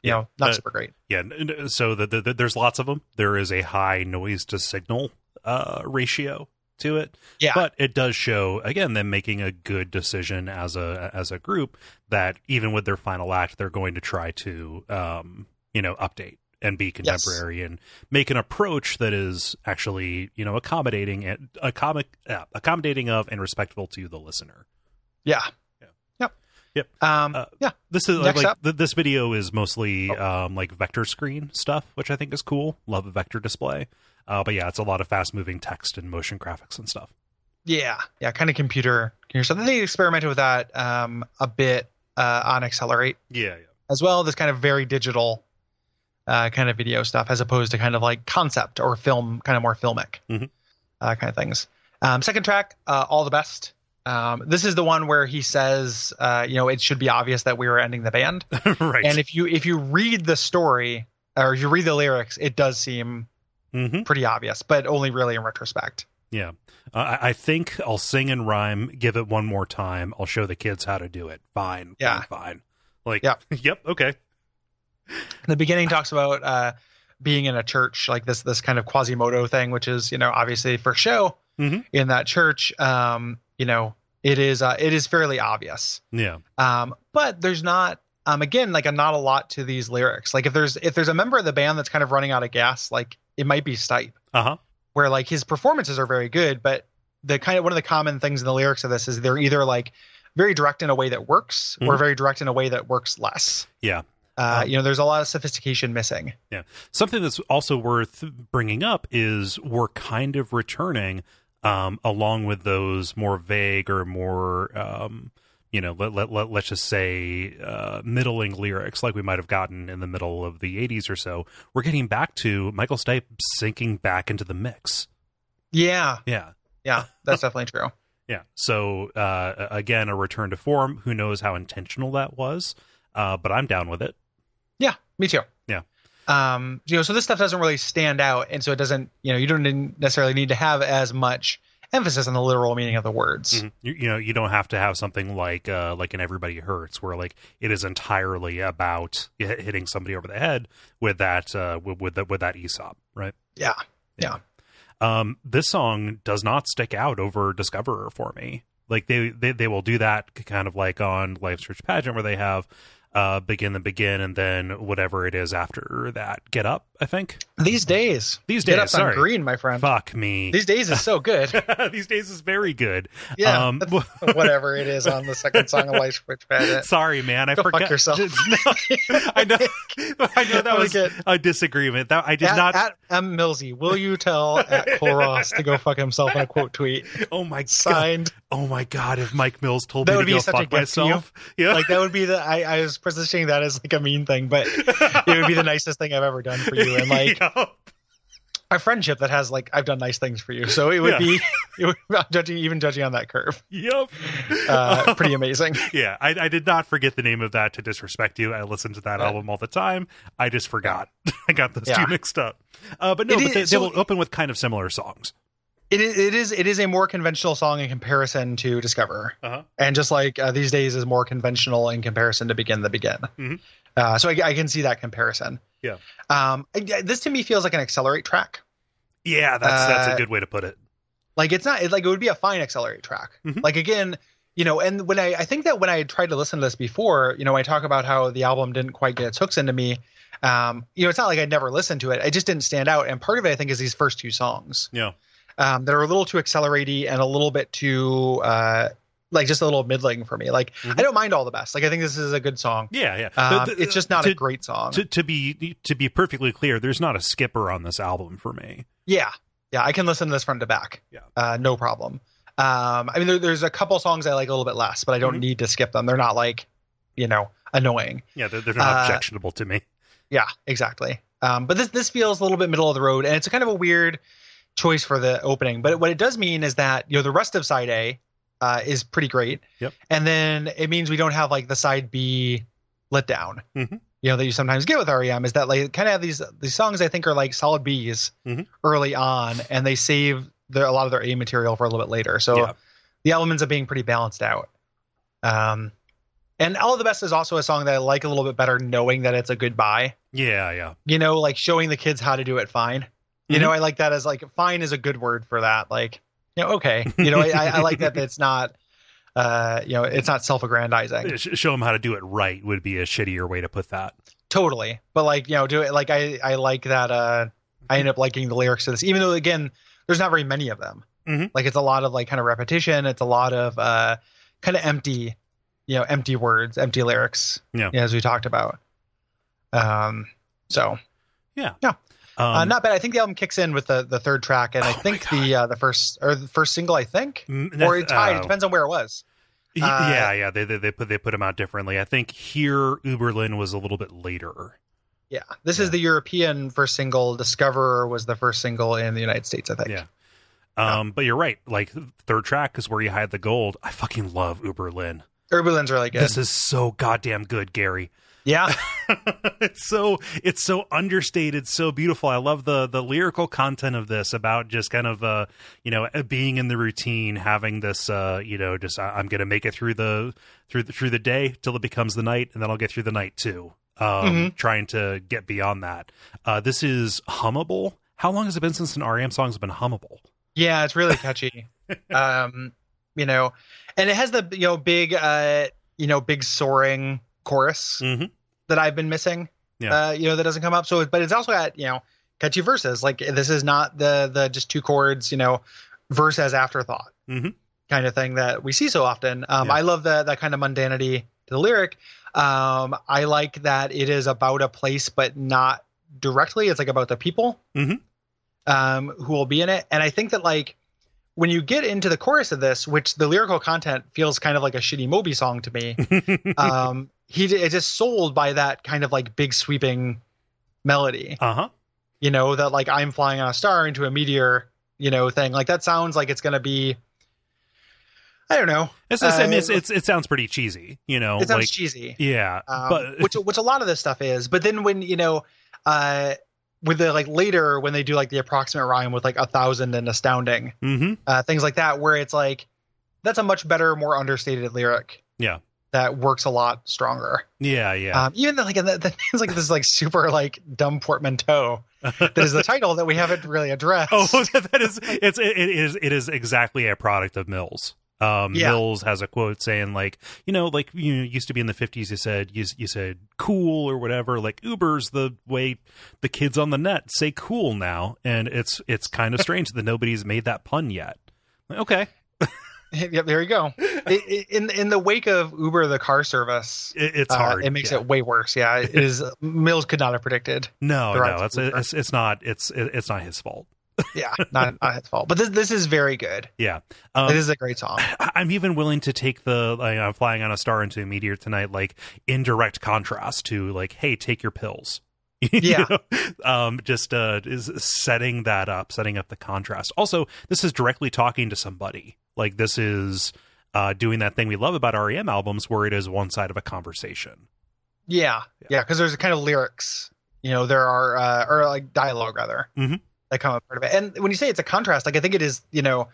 A: Yeah,
B: know, not
A: but-
B: super great.
A: yeah. n- n- So the, the, the- there's lots of them. There is a high noise to signal uh, ratio to it.
B: Yeah.
A: But it does show again them making a good decision as a as a group that even with their final act they're going to try to um you know update and be contemporary and make an approach that is actually you know accommodating and accommod- uh, accommodating of and respectful to the listener.
B: yeah.
A: Yeah.
B: Yep.
A: Yep.
B: Um,
A: Uh,
B: yeah.
A: This is
B: Next
A: like
B: up. Oh.
A: th- this video is mostly um, like vector screen stuff, which I think is cool. Love a vector display, uh, but yeah, it's a lot of fast moving text and motion graphics and stuff.
B: Yeah. Yeah. Kind of computer. computer stuff. They experimented with that um, a bit uh, on Accelerate
A: Yeah,
B: as well. This kind of very digital uh, kind of video stuff, as opposed to kind of like concept or film, kind of more filmic
A: Mhm.
B: uh, kind of things. Um, second track, uh, all the best. Um, this is the one where he says, uh, you know, it should be obvious that we were ending the band.
A: yeah. right.
B: And if you if you read the story or you read the lyrics, it does seem
A: mm-hmm.
B: pretty obvious, but only really in retrospect.
A: Yeah. Uh, I I think I'll sing and rhyme, give it one more time. I'll show the kids how to do it. Fine.
B: Yeah.
A: Fine. fine. Like,
B: Yeah.
A: yep. Okay.
B: the beginning talks about uh, being in a church, like this this kind of Quasimodo thing, which is you know obviously for show
A: Mhm.
B: in that church. Um, you know, it is uh, it is fairly obvious,
A: Yeah.
B: um, but there's not um, again like a not a lot to these lyrics. Like if there's if there's a member of the band that's kind of running out of gas, like it might be Stipe,
A: Uh huh.
B: where like his performances are very good, but the kind of one of the common things in the lyrics of this is they're either like very direct in a way that works or
A: Mhm.
B: very direct in a way that works less.
A: Yeah.
B: Uh,
A: Um,
B: you know, there's a lot of sophistication missing.
A: Something that's also worth bringing up is we're kind of returning, um, along with those more vague or more, um, you know, let, let, let, let's just say uh, middling lyrics like we might have gotten in the middle of the 80s or so. We're getting back to Michael Stipe sinking back into the mix.
B: Yeah,
A: Yeah.
B: yeah, that's definitely true.
A: Yeah. So uh, again, a return to form. Who knows how intentional that was? Uh, but I'm down with it.
B: Yeah, me too.
A: Yeah.
B: Um, you know, so this stuff doesn't really stand out, and so it doesn't, you know, you don't necessarily need to have as much emphasis on the literal meaning of the words.
A: You, you know, you don't have to have something like uh, like in Everybody Hurts, where like it is entirely about hi- hitting somebody over the head with that uh, with with, the, with that Aesop, right?
B: Yeah.
A: Um, this song does not stick out over Discoverer for me. Like they, they they will do that kind of like on Life's Rich Pageant, where they have uh, begin the begin and then whatever it is after that. Get up, I think.
B: These days,
A: Mm-hmm. These
B: get
A: days,
B: up on
A: sorry.
B: green, my friend.
A: Fuck me.
B: These days is so good.
A: These days is very good.
B: Yeah,
A: Um,
B: that's whatever it is on the second song of Life Switch Bandit.
A: sorry, man. I
B: Go fuck
A: forgot.
B: yourself.
A: I know. I know that
B: Really
A: was
B: good.
A: a disagreement. That I did
B: at,
A: not.
B: at M Millsy, will you tell at Cole Ross to go fuck himself in a quote tweet
A: oh my god.
B: signed?
A: Oh my god. If Mike Mills told
B: That
A: me
B: would
A: to
B: be
A: go
B: such a
A: fuck
B: gift to you.
A: myself, yeah.
B: Like that would be the I, I was positioning that as like a mean thing, but it would be the nicest thing I've ever done for you. And like
A: Yeah.
B: a friendship that has like I've done nice things for you, so it would
A: Yeah.
B: be it would, I'm judging even judging on that curve,
A: Yep.
B: uh, pretty amazing.
A: Oh, yeah, I, I did not forget the name of that to disrespect you. I listen to that
B: Yeah.
A: album all the time. I just forgot. I got those
B: Yeah.
A: two mixed up. Uh, but no,
B: It
A: but
B: is-
A: they,
B: so-
A: they will open with kind of similar songs.
B: It is it is it is a more conventional song in comparison to Discoverer,
A: Uh-huh.
B: and just like uh, these days is more conventional in comparison to Begin the Begin.
A: Mhm.
B: Uh, so I, I can see that comparison.
A: Yeah.
B: Um, I- this to me feels like an accelerate track.
A: Yeah, that's that's a
B: Uh,
A: good way to put it.
B: Like it's not it, like it would be a fine accelerate track.
A: Mhm.
B: Like again, you know, and when I I think that when I had tried to listen to this before, you know, I talk about how the album didn't quite get its hooks into me. Um, you know, it's not like I never listened to it. I just didn't stand out. And part of it, I think, is these first two songs.
A: Yeah.
B: um, that are a little too acceleratey and a little bit too uh, like just a little middling for me. Like
A: Mhm.
B: I don't mind all the best. Like I think this is a good song.
A: Yeah, yeah.
B: Um,
A: The- the-
B: it's just not
A: to,
B: a great song.
A: to, to be to be perfectly clear, there's not a skipper on this album for me.
B: yeah, yeah, I can listen to this front to back.
A: Yeah.
B: uh, no problem. Um, I mean, there, there's a couple songs I like a little bit less, but I don't
A: Mhm.
B: need to skip them. They're not like you know annoying.
A: Yeah, they're, they're not
B: Uh,
A: objectionable to me.
B: Yeah, exactly. Um, but this this feels a little bit middle of the road, and it's kind of a weird choice for the opening. But what it does mean is that you know the rest of side A uh, is pretty great.
A: Yep.
B: And then it means we don't have like the side B letdown.
A: Mhm.
B: You know that you sometimes get with REM is that like kind of have these these songs I think are like solid Bs
A: Mhm.
B: early on, and they save their, a lot of their A material for a little bit later. So
A: Yeah.
B: the elements of being pretty balanced out. Um, and all the best is also a song that I like a little bit better, knowing that it's a goodbye
A: Yeah, yeah.
B: you know, like showing the kids how to do it fine. You
A: Mhm.
B: know, I like that as like fine is a good word for that. Like, you know, okay, you know, I, I I like that it's not, uh, you know, it's not self-aggrandizing.
A: Sh- show them how to do it right would be a shittier way to put that.
B: Totally, but like you know, do it like I I like that. Uh, I end up liking the lyrics to this, even though again, there's not very many of them.
A: Mhm.
B: Like it's a lot of like kind of repetition. It's a lot of uh, kind of empty, you know, empty words, empty lyrics.
A: Yeah.
B: as we talked about. Um. So.
A: Um,
B: uh, not bad. I think the album kicks in with the, the third track, and
A: Oh
B: I
A: my
B: think the uh, the first or the first single, I think,
A: m-
B: or it tied.
A: uh,
B: it depends on where it was.
A: y-
B: uh,
A: yeah, yeah. They, they they put they put them out differently. I think here Uberlin was a little bit later.
B: Yeah, this
A: yeah.
B: is the European first single. Discoverer was the first single in the United States, I think.
A: Yeah. Um, but you're right. Like third track is where you hide the gold. I fucking love Uberlin.
B: Urbulin's really good.
A: This is so goddamn good, Gary.
B: yeah,
A: it's so it's so understated, so beautiful. I love the the lyrical content of this about just kind of uh you know being in the routine, having this uh you know just I, I'm gonna make it through the through the through the day till it becomes the night, and then I'll get through the night too. Um,
B: Mhm.
A: trying to get beyond that. Uh, this is hummable. How long has it been since an REM song's been hummable?
B: yeah, it's really catchy. um, you know, and it has the you know big uh you know big soaring chorus
A: Mm-hmm.
B: that I've been missing.
A: Yeah.
B: Uh, you know, that doesn't come up. So, but it's also got you know catchy verses. Like this is not the the just two chords. You know, verse as afterthought
A: Mhm.
B: kind of thing that we see so often. Um,
A: Yeah.
B: I love that that kind of mundanity to the lyric. Um, I like that it is about a place, but not directly. It's like about the people
A: Mhm.
B: um, who will be in it. And I think that like when you get into the chorus of this, which the lyrical content feels kind of like a shitty Moby song to me um he d- is just sold by that kind of like big sweeping melody
A: uh huh.
B: you know that like i'm flying on a star into a meteor you know thing like that sounds like it's gonna be i don't know
A: It's, it's, I mean,
B: Uh,
A: it's, it's, it sounds pretty cheesy, you know.
B: it sounds
A: like,
B: cheesy
A: Yeah,
B: um,
A: but
B: which which a lot of this stuff is but then when you know uh with the like later when they do like the approximate rhyme with like a thousand and astounding
A: Mhm.
B: uh things like that where it's like that's a much better more understated lyric
A: Yeah.
B: that works a lot stronger
A: yeah, yeah.
B: Um, even though like the, the things like this like super like dumb portmanteau that is the title that we haven't really addressed.
A: oh, that is it's it, it is it is exactly a product of Mills. Um,
B: Yeah.
A: Mills has a quote saying like, you know, like you know, used to be in the fifties. You said you you said cool or whatever. Like Uber's the way the kids on the net say cool now, and it's it's kind of strange that nobody's made that pun yet. Like, okay,
B: yep, there you go. I- I- in in the wake of Uber the car service,
A: it, it's
B: uh,
A: hard.
B: it makes
A: yeah.
B: it way worse. Yeah, it is uh, Mills could not have predicted.
A: no,
B: the rise
A: no.
B: of
A: It's
B: Uber.
A: it's it's not it's it, it's not his fault.
B: Yeah, not, not his fault. But this this is very good.
A: Yeah. Um,
B: this is a great song.
A: I- I'm even willing to take the like, I'm flying on a star into a meteor tonight, like in direct contrast to like, hey, take your pills. You
B: Yeah.
A: know? um, just uh, is setting that up, setting up the contrast. Also, this is directly talking to somebody. Like this is uh, doing that thing we love about REM albums, where it is one side of a conversation.
B: Yeah, yeah, because there's kind of lyrics. You know, there are uh, or like dialogue rather
A: Mhm.
B: that come up part of it. And when you say it's a contrast, like I think it is. You know,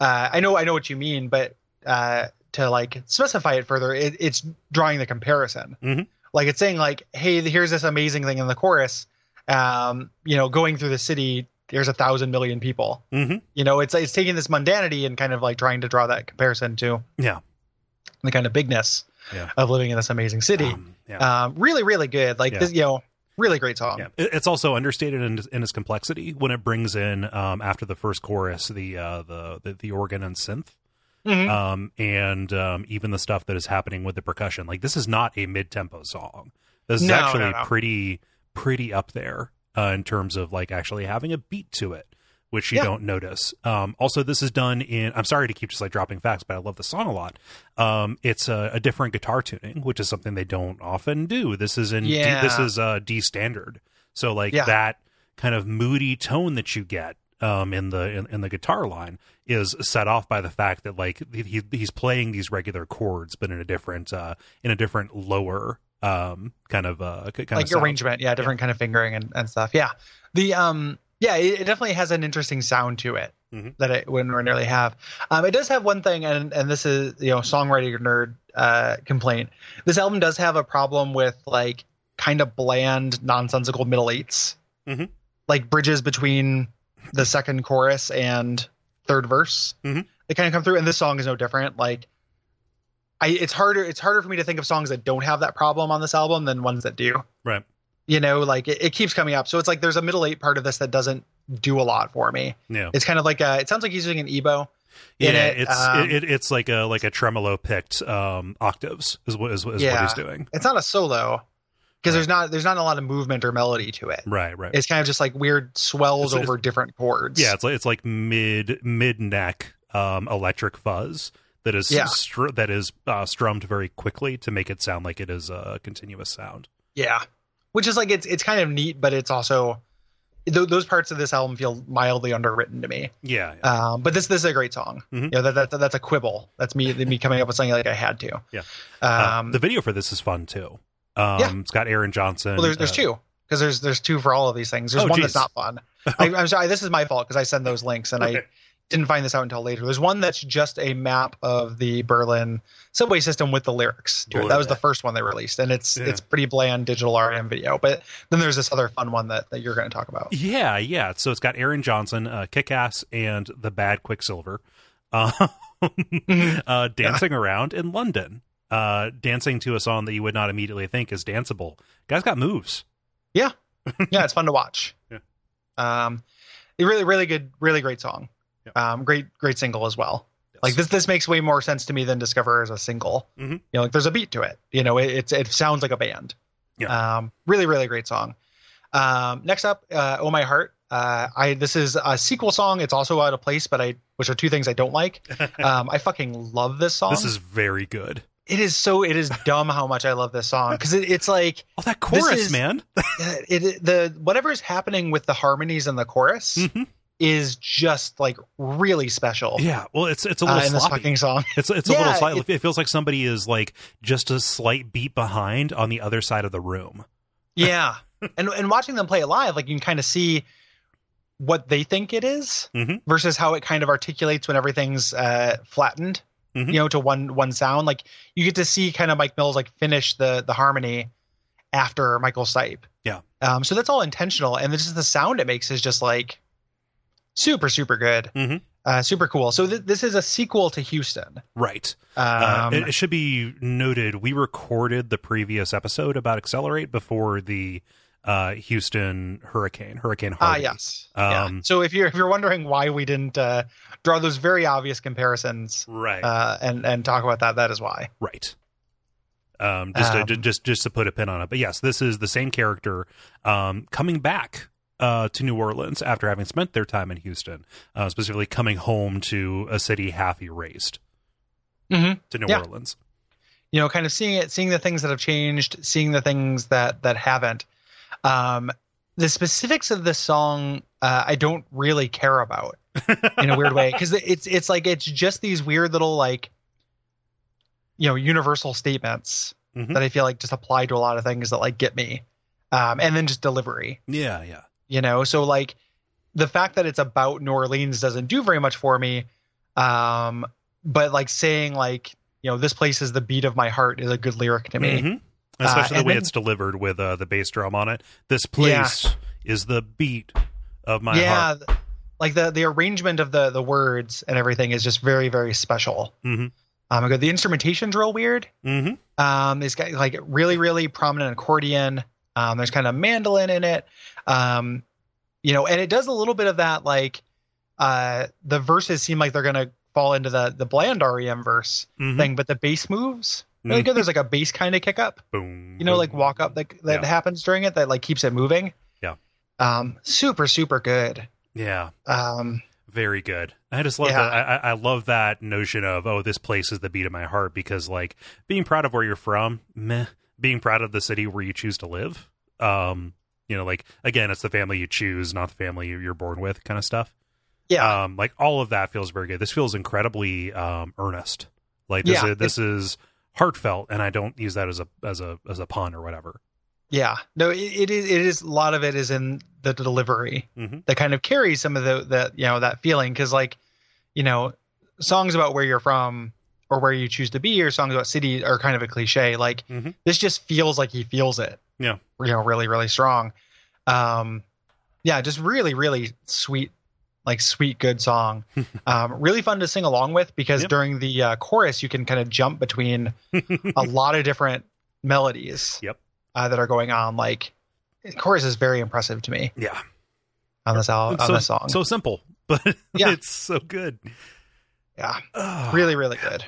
B: uh, I know I know what you mean, but uh, to like specify it further, it, it's drawing the comparison.
A: Mhm.
B: Like it's saying like, hey, here's this amazing thing in the chorus. Um, you know, going through the city, there's a thousand million people.
A: Mm-hmm.
B: You know, it's it's taking this mundanity and kind of like trying to draw that comparison to
A: Yeah.
B: the kind of bigness
A: Yeah.
B: of living in this amazing city.
A: Um, yeah.
B: um, really, really good. Like
A: Yeah.
B: this, you know, really great song.
A: Yeah. It- It's also understated in, in its complexity when it brings in um, after the first chorus the uh, the, the the organ and synth,
B: Mhm.
A: um, and um, even the stuff that is happening with the percussion. Like this is not a mid tempo song. This is
B: No,
A: actually
B: no, no.
A: pretty pretty up there uh, in terms of like actually having a beat to it, which you
B: Yeah.
A: don't notice. Um, also, this is done in. I'm sorry to keep just like dropping facts, but I love the song a lot. Um, it's a, a different guitar tuning, which is something they don't often do. This is in. D, this
B: Yeah.
A: is uh, D standard. So like
B: Yeah.
A: that kind of moody tone that you get um, in the in, in the guitar line is set off by the fact that like he, he's playing these regular chords, but in a different uh, in a different lower um, kind of uh, k- kind
B: like
A: of sound.
B: arrangement yeah different kind of fingering and, and stuff yeah the um yeah it, it definitely has an interesting sound to it
A: Mhm.
B: that it wouldn't ordinarily have um it does have one thing and and this is you know songwriter nerd uh complaint this album does have a problem with like kind of bland nonsensical middle eights
A: Mhm.
B: like bridges between the second chorus and third verse
A: Mhm.
B: they kind of come through and this song is no different like I, it's harder it's harder for me to think of songs that don't have that problem on this album than ones that do
A: Right.
B: you know like it, it keeps coming up so it's like there's a middle eight part of this that doesn't do a lot for me
A: Yeah,
B: it's kind of like uh it sounds like he's using an ebow in
A: yeah.
B: it,
A: it's
B: um,
A: it, it's like a like a tremolo picked um, octaves is what is, is what
B: Yeah.
A: he's doing.
B: it's not a solo because
A: Right.
B: there's not there's not a lot of movement or melody to it
A: Right, right.
B: it's kind of just like weird
A: It's-
B: swells
A: it's-
B: over different chords
A: Yeah, it's like it's like mid mid neck um, electric fuzz that is
B: Yeah.
A: str- that is uh, strummed very quickly to make it sound like it is a continuous sound.
B: yeah which is like it's it's kind of neat but it's also th- those parts of this album feel mildly underwritten to me
A: Yeah, yeah.
B: um but this this is a great song
A: Mhm.
B: you know that, that that's a quibble that's me me coming up with something like i had to
A: Yeah. Uh,
B: um
A: the video for this is fun too. Um,
B: Yeah.
A: it's got Aaron Johnson.
B: Well, there's there's
A: uh,
B: two because there's there's two for all of these things. There's
A: Oh,
B: one
A: geez.
B: that's not fun. I, I'm sorry, this is my fault because I send those links and I
A: Okay.
B: didn't find this out until later. There's one that's just a map of the Berlin subway system with the lyrics. To it. That was the first one they released, and it's
A: Yeah.
B: it's pretty bland digital RM video. But then there's this other fun one that, that you're going to talk about.
A: Yeah, yeah. So it's got Aaron Johnson, uh, Kickass, and the Bad Quicksilver, uh, uh, dancing around in London, uh, dancing to a song that you would not immediately think is danceable. Guy's got moves.
B: yeah, it's fun to watch.
A: Yeah.
B: Um, a really really good, really great song.
A: Yeah.
B: Um, great great single as well. Like this, this makes way more sense to me than Discover as a single.
A: Mhm.
B: You know, like there's a beat to it. You know, it it, it sounds like a band.
A: Yeah.
B: Um, really, really great song. Um, next up, uh, "Oh My Heart." Uh, I this is a sequel song. It's also out of place, but I which are two things I don't like. um, I fucking love this song.
A: This is very good.
B: it is so it is dumb how much I love this song because it, it's like
A: Oh, that
B: This
A: chorus,
B: is-
A: man.
B: it, it the whatever is happening with the harmonies and the chorus
A: Mhm.
B: is just like really special
A: Yeah. Well, it's it's a
B: uh,
A: little
B: in this
A: sloppy.
B: fucking song.
A: It's it's a
B: Yeah,
A: little slight. It, feels like somebody is like just a slight beat behind on the other side of the room.
B: Yeah. and and watching them play it live, like you can kind of see what they think it is
A: Mhm.
B: versus how it kind of articulates when everything's uh, flattened,
A: Mhm.
B: you know, to one one sound. Like you get to see kind of Mike Mills like finish the the harmony after Michael Stipe.
A: Yeah.
B: Um, so that's all intentional, and this is the sound it makes is just like super super good,
A: Mhm.
B: uh, super cool. So th- this is a sequel to Houston.
A: Right.
B: Um,
A: Uh, it, it should be noted we recorded the previous episode about Accelerate before the uh, Houston hurricane, Hurricane
B: Ah,
A: Harvey.
B: yes. yeah.
A: Um,
B: So if you're if you're wondering why we didn't uh, draw those very obvious comparisons
A: Right.
B: uh, and and talk about that, that is why.
A: right. Um, just, to,
B: Um,
A: just just to put a pin on it, but yes, this is the same character um, coming back uh, to New Orleans after having spent their time in Houston, uh, specifically coming home to a city half erased
B: Mm-hmm.
A: to New
B: Yeah.
A: Orleans.
B: You know, kind of seeing it, seeing the things that have changed, seeing the things that that haven't. Um, the specifics of this song, uh, I don't really care about in a weird way because it's it's like it's just these weird little like, you know, universal statements
A: Mhm.
B: that I feel like just apply to a lot of things that like get me, um, and then just delivery.
A: Yeah, yeah.
B: you know so like the fact that it's about new orleans doesn't do very much for me um but like saying like you know this place is the beat of my heart is a good lyric to me
A: Mhm. especially
B: Uh,
A: the way
B: and
A: it's delivered with uh, the bass drum on it. This place is the beat of my
B: yeah,
A: heart.
B: th- like the the arrangement of the the words and everything is just very very special.
A: Mhm.
B: Um, I go, the instrumentation's real weird.
A: Mm-hmm.
B: Um, it's got like really, really prominent accordion. Um, there's kind of mandolin in it. Um, you know, and it does a little bit of that like uh, the verses seem like they're gonna fall into the the bland REM verse
A: hmm
B: thing, but the bass moves really
A: Mhm.
B: good. There's like a bass kind of kick up,
A: Boom.
B: you know, like
A: boom.
B: walk up that that
A: Mm-hmm. Yeah.
B: happens during it that like keeps it moving.
A: Yeah.
B: Um, super, super good.
A: Yeah.
B: Um,
A: Very good. I just love
B: Yeah.
A: that. I, I- I love that notion of oh, this place is the beat of my heart because like being proud of where you're from, meh. Being proud of the city where you choose to live, um, you know, like again, it's the family you choose, not the family you- you're born with, kind of stuff.
B: yeah.
A: Um, like all of that feels very good. This feels incredibly um earnest. Like this,
B: Yeah.
A: is, this is heartfelt, and I don't use that as a as a as a pun or whatever.
B: Yeah, no, it, it is. It is a lot of it is in the delivery
A: Mhm.
B: that kind of carries some of the that you know that feeling because like, you know, songs about where you're from or where you choose to be or songs about city are kind of a cliche. Like
A: Mhm.
B: this just feels like he feels it.
A: Yeah.
B: you know, really, really strong. Um, yeah, just really, really sweet, like sweet, good song. um, really fun to sing along with because
A: Yep.
B: during the uh, chorus you can kind of jump between a lot of different melodies
A: Yep.
B: uh, that are going on. Like, chorus is very impressive to me
A: Yeah,
B: on this al-
A: It's
B: on
A: so,
B: this song.
A: so simple, but
B: Yeah.
A: it's so good.
B: yeah,
A: Ugh.
B: really, really good.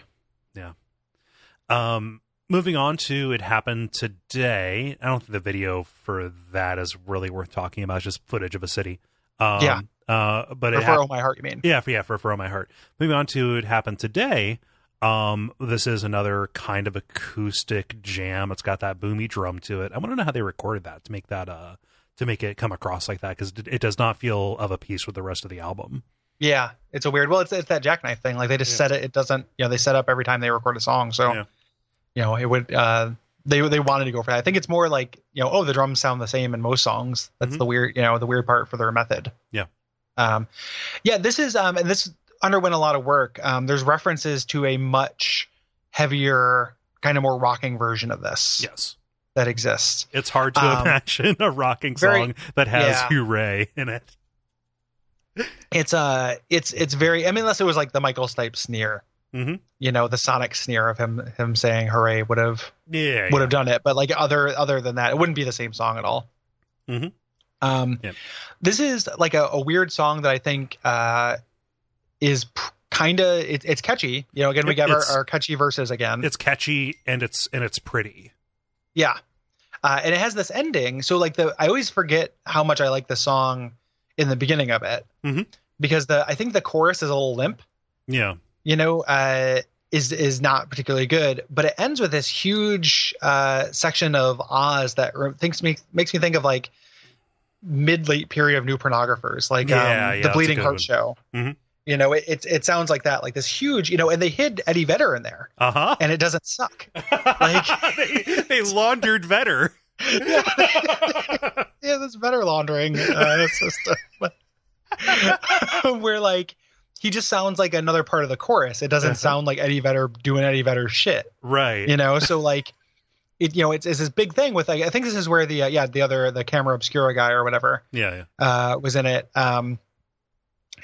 A: Um, moving on to it happened today. I don't think the video for that is really worth talking about. It's just footage of a city. Um,
B: Yeah.
A: Uh, but it
B: Refer
A: hap-
B: oh my heart, you mean?
A: yeah, for, yeah, for for my heart. Moving on to it happened today. Um, this is another kind of acoustic jam. It's got that boomy drum to it. I want to know how they recorded that to make that uh to make it come across like that because it, it does not feel of a piece with the rest of the album.
B: Yeah, it's a weird. Well, it's it's that jackknife thing. Like they just
A: Yeah.
B: set it. It doesn't. You know, they set up every time they record a song. So,
A: Yeah.
B: you know, it would. uh They they wanted to go for that. I think it's more like you know, oh, the drums sound the same in most songs. That's
A: Mhm.
B: the weird. You know, the weird part for their method.
A: Yeah.
B: Um, yeah. This is um, and this underwent a lot of work. Um, there's references to a much heavier, kind of more rocking version of this
A: Yes,
B: that exists.
A: it's hard to
B: Um,
A: imagine a rocking
B: very-
A: song that has
B: yeah.
A: "Hooray" in it.
B: It's uh, it's it's very. I mean, unless it was like the Michael Stipe sneer.
A: Mhm.
B: You know, the sonic sneer of him him saying "hooray" would have.
A: Yeah,
B: would have done it. But like other other than that, it wouldn't be the same song at all.
A: Mhm.
B: Um,
A: Yeah.
B: this is like a, a weird song that I think uh, is p- kind of it, it's catchy. You know, again we
A: It-
B: got our,
A: it's-
B: our catchy verses again.
A: it's catchy and it's and it's pretty.
B: Yeah, uh, and it has this ending. So like the I always forget how much I like the song in the beginning of it
A: Mhm.
B: because the I think the chorus is a little limp.
A: Yeah.
B: you know, uh, is is not particularly good. But it ends with this huge uh, section of Oz that re- thinks me makes me think of like mid late period of new pornographers, like
A: Yeah, yeah,
B: um,
A: that's
B: the
A: a
B: Bleeding
A: good
B: Heart
A: one.
B: show.
A: Mhm.
B: You know, it, it it sounds like that, like this huge, you know, and they hid Eddie Vedder in there,
A: Uh huh.
B: and it doesn't suck.
A: Like they, they laundered better.
B: yeah, yeah, that's better laundering uh, system. Where like he just sounds like another part of the chorus. It doesn't
A: Uh-huh.
B: sound like Eddie Vedder doing Eddie Vedder shit.
A: right.
B: you know so like it you know it's, it's this big thing with like, i think this is where the uh, yeah the other the camera obscura guy or whatever
A: yeah. yeah.
B: uh was in it um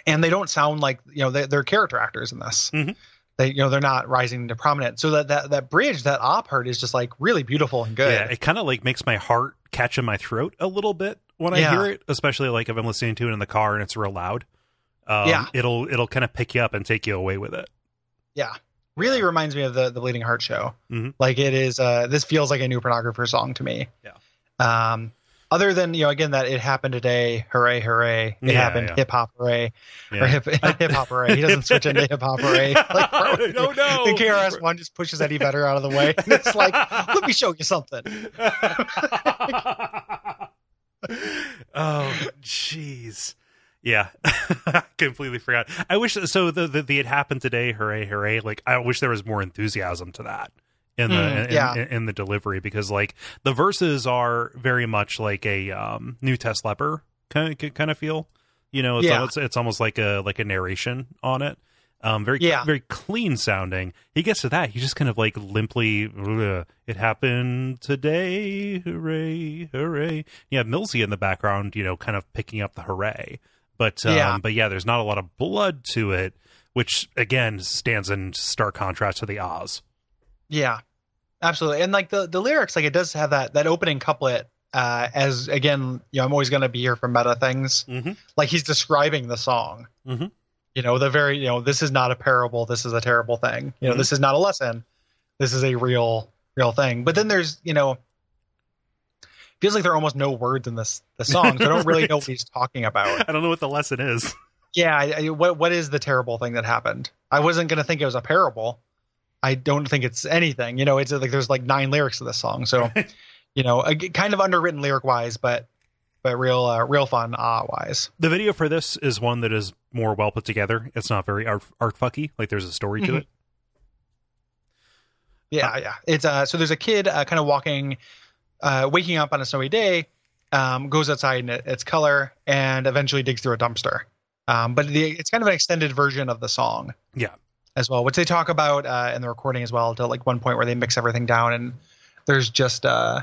B: and they don't sound like you know they, they're character actors in this
A: Mhm.
B: they you know they're not rising to prominence so that that, that bridge that op part is just like really beautiful and good
A: Yeah, it kind of like makes my heart catch in my throat a little bit when I
B: Yeah.
A: hear it, especially like if I'm listening to it in the car and it's real loud. Um,
B: Yeah.
A: it'll it'll kind of pick you up and take you away with it.
B: really reminds me of the the bleeding heart show
A: Mhm.
B: like it is uh this feels like a new pornographer song to me yeah um other than you know again that it happened today hooray hooray it
A: Yeah,
B: happened
A: yeah.
B: hip hop hooray or
A: Yeah.
B: hip hip hop hooray he doesn't switch into hip hop hooray like
A: Oh, no.
B: the KRS One just pushes Eddie Vedder out of the way. And it's like, let me show you something.
A: oh jeez yeah I completely forgot i wish so the, the the it happened today hooray hooray like i wish there was more enthusiasm to that in the
B: Mm,
A: in,
B: yeah.
A: in, in the delivery because like the verses are very much like a um new test leper kind of kind of feel you know it's,
B: Yeah.
A: it's it's almost like a like a narration on it um, very
B: Yeah.
A: very clean sounding. He gets to that, he just kind of like limply, "Ugh, it happened today, hooray, hooray. Yeah, Millsy in the background, you know, kind of picking up the hooray, but um,
B: Yeah.
A: but yeah, there's not a lot of blood to it, which again stands in stark contrast to the Oz.
B: Yeah, absolutely. And like the the lyrics, like it does have that that opening couplet. Uh, as again, you know, I'm always going to be here for meta things.
A: Mhm.
B: Like he's describing the song.
A: Mhm.
B: You know, the very you know, this is not a parable. This is a terrible thing. You know,
A: Mhm.
B: this is not a lesson. This is a real real thing. But then there's you know, feels like there are almost no words in this the song. So I don't really know
A: Right.
B: what he's talking about.
A: I don't know what the lesson is.
B: Yeah, I, I, what what is the terrible thing that happened? I wasn't gonna think it was a parable. I don't think it's anything. You know, it's like there's like nine lyrics to this song, so you know, a, kind of underwritten lyric wise, but but real uh, real fun ah wise.
A: The video for this is one that is more well put together. It's not very art art fucky. Like there's a story to
B: Mhm.
A: it.
B: Yeah, yeah. It's uh, so there's a kid uh, kind of walking, uh, waking up on a snowy day, um, goes outside and it, it's color, and eventually digs through a dumpster. Um, but the, it's kind of an extended version of the song.
A: Yeah.
B: As well, which they talk about uh, in the recording as well, to like one point where they mix everything down and there's just, uh,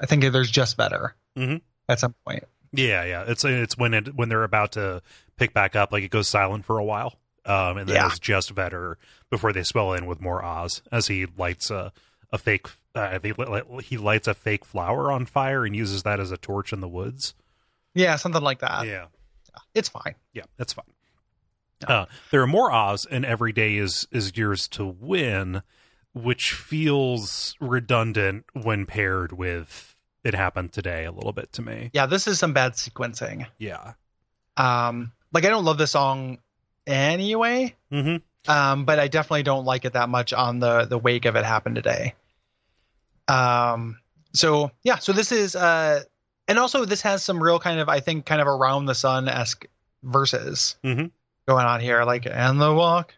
B: I think there's just better
A: Mhm.
B: at some point.
A: Yeah, yeah. It's it's when it when they're about to pick back up, like it goes silent for a while, um, and then
B: Yeah.
A: it's just Vetter before they swell in with more Oz as he lights a a fake. Uh, I think li- li- he lights a fake flower on fire and uses that as a torch in the woods.
B: Yeah, something like that.
A: yeah,
B: It's fine.
A: yeah, that's fine. Uh, there are more Oz, and every day is is yours to win, which feels redundant when paired with it happened today a little bit to me.
B: Yeah, this is some bad sequencing.
A: Yeah.
B: Um, like I don't love this song anyway.
A: Mm-hmm.
B: um, but I definitely don't like it that much on the the wake of it happened today. Um, so yeah, so this is uh, and also this has some real kind of I think kind of around the sun esque verses
A: Mhm.
B: going on here, like and the walk,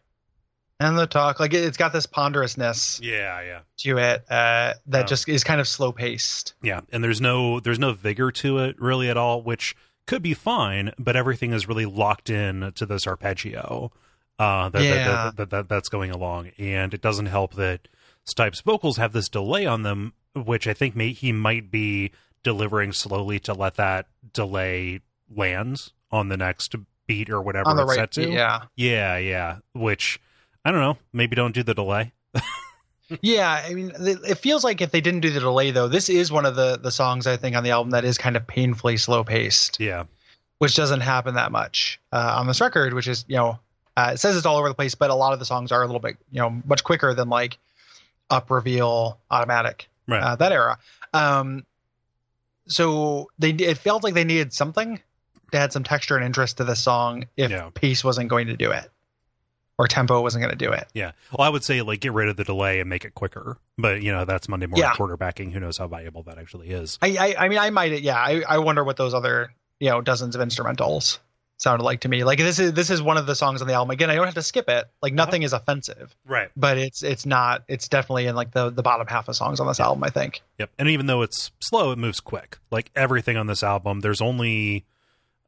B: and the talk, like it, it's got this ponderousness
A: Yeah. Yeah.
B: to it uh, that
A: Oh.
B: just is kind of slow paced.
A: Yeah, and there's no there's no vigor to it really at all, which could be fine, but everything is really locked in to this arpeggio uh, that, that-
B: Yeah.
A: that, that, that that's going along, and it doesn't help that Stipe's vocals have this delay on them, which I think may, he might be delivering slowly to let that delay land on the next beat or whatever
B: On the
A: it's
B: right,
A: set to.
B: yeah,
A: yeah, yeah. Which I don't know. Maybe don't do the delay.
B: yeah. I mean, th- it feels like if they didn't do the delay, though, this is one of the the songs I think on the album that is kind of painfully slow paced.
A: Yeah,
B: which doesn't happen that much uh, on this record, which is, you know, uh, it says it's all over the place, but a lot of the songs are a little bit, you know, much quicker than like Up Reveal Automatic,
A: right.
B: uh, that era. Um, so they it felt like they needed something to add some texture and interest to the song if
A: Yeah.
B: pace wasn't going to do it or tempo wasn't going to do it.
A: Yeah. Well, I would say like get rid of the delay and make it quicker. But you know, that's Monday morning
B: Yeah.
A: quarterbacking. Who knows how valuable that actually is?
B: I, I, I mean, I might, yeah, I, I wonder what those other, you know, dozens of instrumentals sounded like to me. Like this is, this is one of the songs on the album. Again, I don't have to skip it. Like
A: Uh-huh.
B: nothing is offensive.
A: Right.
B: but it's it's not it's definitely in like the the bottom half of songs on this album i think
A: Yep. And even though it's slow, it moves quick. Like everything on this album, there's only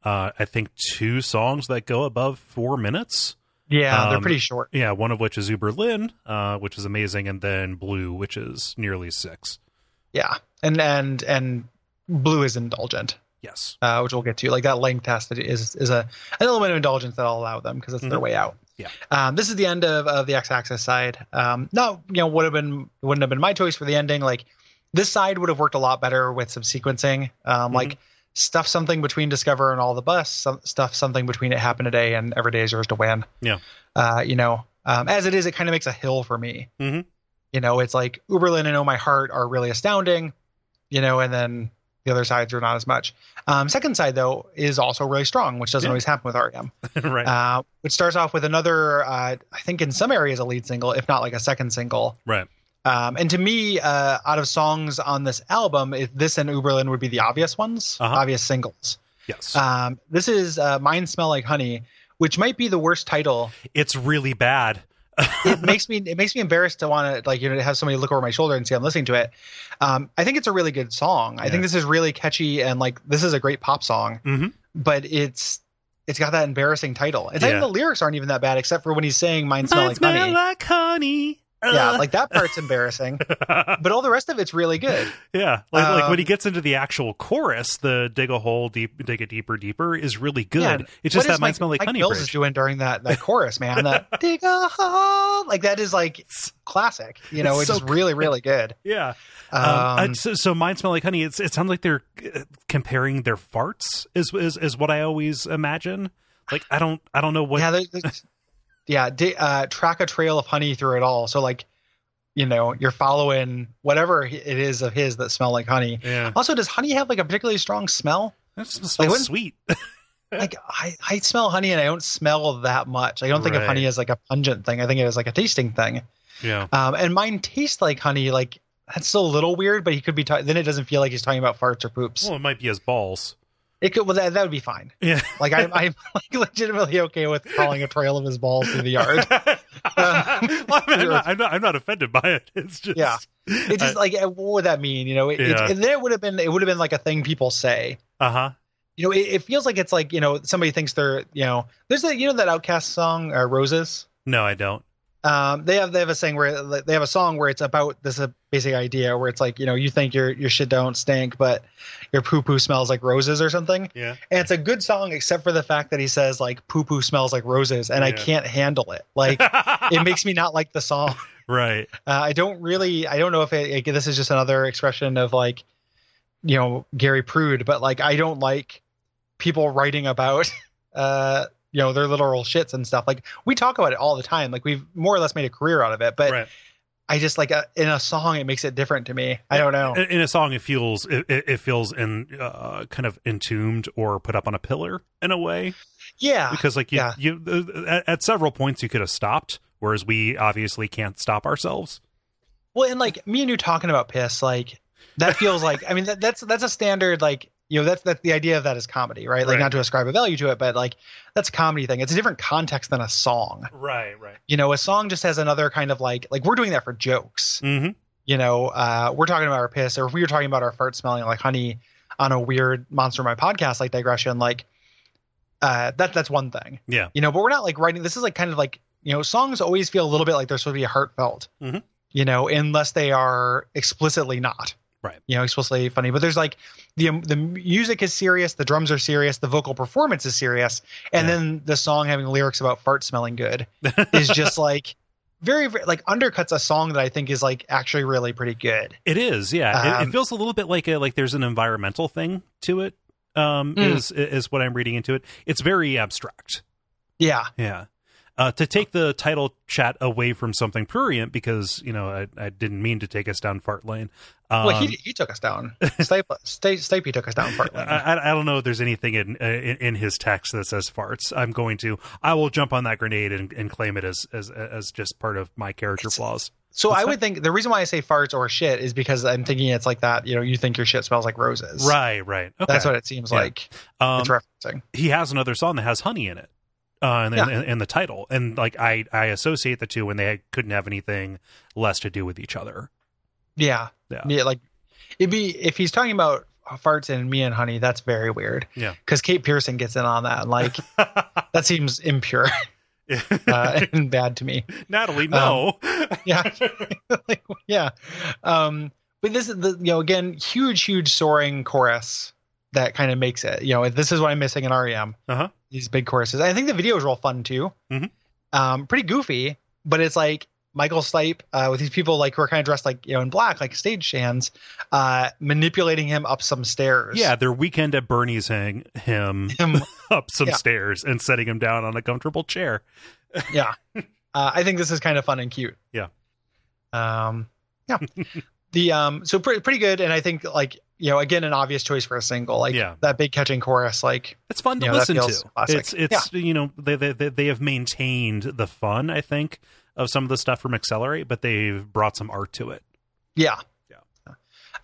A: uh I think two songs that go above four minutes.
B: yeah they're
A: Um,
B: pretty short
A: Yeah, one of which is Uber Lynn, uh, which is amazing, and then Blue, which is nearly six.
B: yeah and and and blue is indulgent
A: Yes.
B: uh, which we'll get to like that length test that is is a an element of indulgence that'll allow them because it's their
A: Mhm.
B: way out
A: Yeah.
B: um, this is the end of, of the x-axis side um not you know would have been wouldn't have been my choice for the ending like this side would have worked a lot better with some sequencing um
A: Mm-hmm.
B: like stuff something between discover and all the bus some, stuff something between it happened today and every day is yours to win
A: Yeah.
B: uh you know um, as it is it kind of makes a hill for me
A: Mhm.
B: you know it's like uberlin and oh my heart are really astounding you know and then the other sides are not as much um, second side though is also really strong, which doesn't
A: Yeah.
B: always happen with REM.
A: right.
B: Uh, which starts off with another, uh, I think in some areas a lead single, if not like a second single.
A: right.
B: Um, and to me, uh, out of songs on this album, if this and Uberlin would be the obvious ones,
A: Uh-huh.
B: obvious singles.
A: Yes.
B: Um, this is uh, "Mine Smell Like Honey," which might be the worst title.
A: it's really bad.
B: It makes me it makes me embarrassed to want to like you know have somebody look over my shoulder and see I'm listening to it. Um, I think it's a really good song. I
A: Yeah. Mm-hmm.
B: think this is really catchy and like this is a great pop song
A: Mhm.
B: but it's it's got that embarrassing title. It's not
A: Yeah.
B: even the lyrics aren't even that bad, except for when he's saying "Mine smell like honey."
A: like honey.
B: yeah, like that part's embarrassing,
A: like
B: but all the rest of it's really good.
A: yeah, like, like when he
B: Um,
A: gets into the actual chorus, the dig a hole, deep, dig it deeper, deeper is really good.
B: Yeah,
A: it's just
B: What
A: that
B: is
A: mine
B: Mike-
A: smell like
B: Mike
A: honey.
B: Mills
A: bridge.
B: is doing during that that chorus, man. That dig a hole, like that is like classic. You know,
A: It's
B: it's,
A: so
B: just really really good.
A: yeah.
B: Um,
A: Um, uh, so, so mine smell like honey. It's, it sounds like they're uh, comparing their farts. Is, is is what I always imagine. Like I don't I don't know what.
B: yeah, there's, there's- yeah. Di- uh, track a trail of honey through it all. So like, you know, you're following whatever it is of his that smell like honey.
A: Yeah,
B: Also, does honey have like a particularly strong smell?
A: that smells
B: Like, when-
A: sweet.
B: like I, I smell honey and I don't smell that much. I don't think
A: Right.
B: of honey as like a pungent thing. I think it is like a tasting thing.
A: Yeah,
B: Um, and mine tastes like honey. Like that's still a little weird, but he could be. Ta- then it doesn't feel like he's talking about farts or poops.
A: well, it might be his balls.
B: It could. Well, that, that would be fine.
A: Yeah.
B: Like I'm, I'm like legitimately okay with calling a trail of his balls through the yard.
A: Well, I mean, I'm, not, I'm not. I'm not offended by it. It's just.
B: Yeah. It
A: I-
B: just like what would that mean? You know, it,
A: Yeah.
B: it, and then it would have been. It would have been like a thing people say.
A: Uh huh.
B: You know, it, it feels like it's like you know somebody thinks they're you know there's that you know that Outcast song uh, Roses.
A: No, I don't.
B: um, they have they have a saying where they have a song where it's about this uh, basic idea where it's like you know you think your your shit don't stink but your poo poo smells like roses or something
A: Yeah.
B: and it's a good song except for the fact that he says like poo poo smells like roses and I
A: Yeah.
B: can't handle it like it makes me not like the song
A: right.
B: uh, I don't really I don't know if it, it- this is just another expression of like you know Gary Prude but like I don't like people writing about uh you know their literal shits and stuff like we talk about it all the time like we've more or less made a career out of it but
A: right.
B: I just like uh in a song it makes it different to me I don't know
A: In, in a song, it feels it, it it feels in uh, kind of entombed or put up on a pillar in a way
B: yeah
A: because like you
B: Ah, Yeah.
A: you uh, at, at several points you could have stopped, whereas we obviously can't stop ourselves.
B: well and like me and you talking about piss like that feels like I mean that, that's that's a standard like you know that's that's the idea of that is comedy right like
A: Right.
B: not to ascribe a value to it but like that's a comedy thing it's a different context than a song
A: Right. Right.
B: you know a song just has another kind of like like we're doing that for jokes
A: hmm
B: you know uh we're talking about our piss or if we were talking about our fart smelling like honey on a weird monster my podcast like digression like uh that that's one thing
A: Yeah.
B: you know but we're not like writing this is like kind of like you know songs always feel a little bit like they're supposed to be heartfelt
A: Mhm.
B: you know unless they are explicitly not
A: Right.
B: you know explicitly funny but there's like the um, the music is serious the drums are serious the vocal performance is serious and
A: Yeah.
B: then the song having lyrics about fart smelling good is just like very, very like undercuts a song that I think is like actually really pretty good.
A: It is, yeah. it, it
B: Um,
A: feels a little bit like a like there's an environmental thing to it. Um,
B: Mm.
A: is is what I'm reading into it. It's very abstract.
B: Yeah,
A: Yeah. Uh, to take the title chat away from something prurient, because you know I, I didn't mean to take us down fart lane. Um,
B: well, he he took us down. Stipe, Sti- Stipe took us down partly.
A: I, I- I don't know if there's anything in, uh, in in his text that says farts. I'm going to I will jump on that grenade and, and claim it as as as just part of my character
B: It's-
A: flaws.
B: so
A: what's
B: I would think the reason why I say farts or shit is because I'm thinking it's like that. You know, you think your shit smells like roses.
A: Right, right. Okay.
B: That's what it seems
A: Yeah.
B: like
A: um,
B: it's referencing.
A: he has another song that has honey in it uh and,
B: Yeah.
A: and, and the title and like i i associate the two when they couldn't have anything less to do with each other
B: Yeah.
A: Yeah.
B: Like it'd be if he's talking about farts and me and honey, that's very weird.
A: Yeah.
B: Because Kate Pearson gets in on that. and, Like that seems impure uh, and bad to me.
A: natalie no
B: yeah Like, yeah um but this is the you know again huge huge soaring chorus that kind of makes it you know this is what i'm missing in rem
A: Uh-huh.
B: these big choruses i think the video is real fun too
A: Mhm.
B: um pretty goofy but it's like michael stipe uh, with these people like who are kind of dressed like you know in black like stage hands uh manipulating him up some stairs
A: yeah their weekend at bernie's hang him
B: Him-
A: up some
B: Yeah.
A: stairs and setting him down on a comfortable chair
B: yeah uh, i think this is kind of fun and cute
A: Yeah.
B: um yeah the um so pretty pretty good and i think like you know again an obvious choice for a single like
A: Yeah.
B: that big catching chorus like
A: it's fun to
B: Yeah, that
A: listen
B: feels
A: to
B: classic.
A: it's it's you know they, they they they have maintained the fun i think of some of the stuff from accelerate but they've brought some art to it
B: yeah
A: Yeah.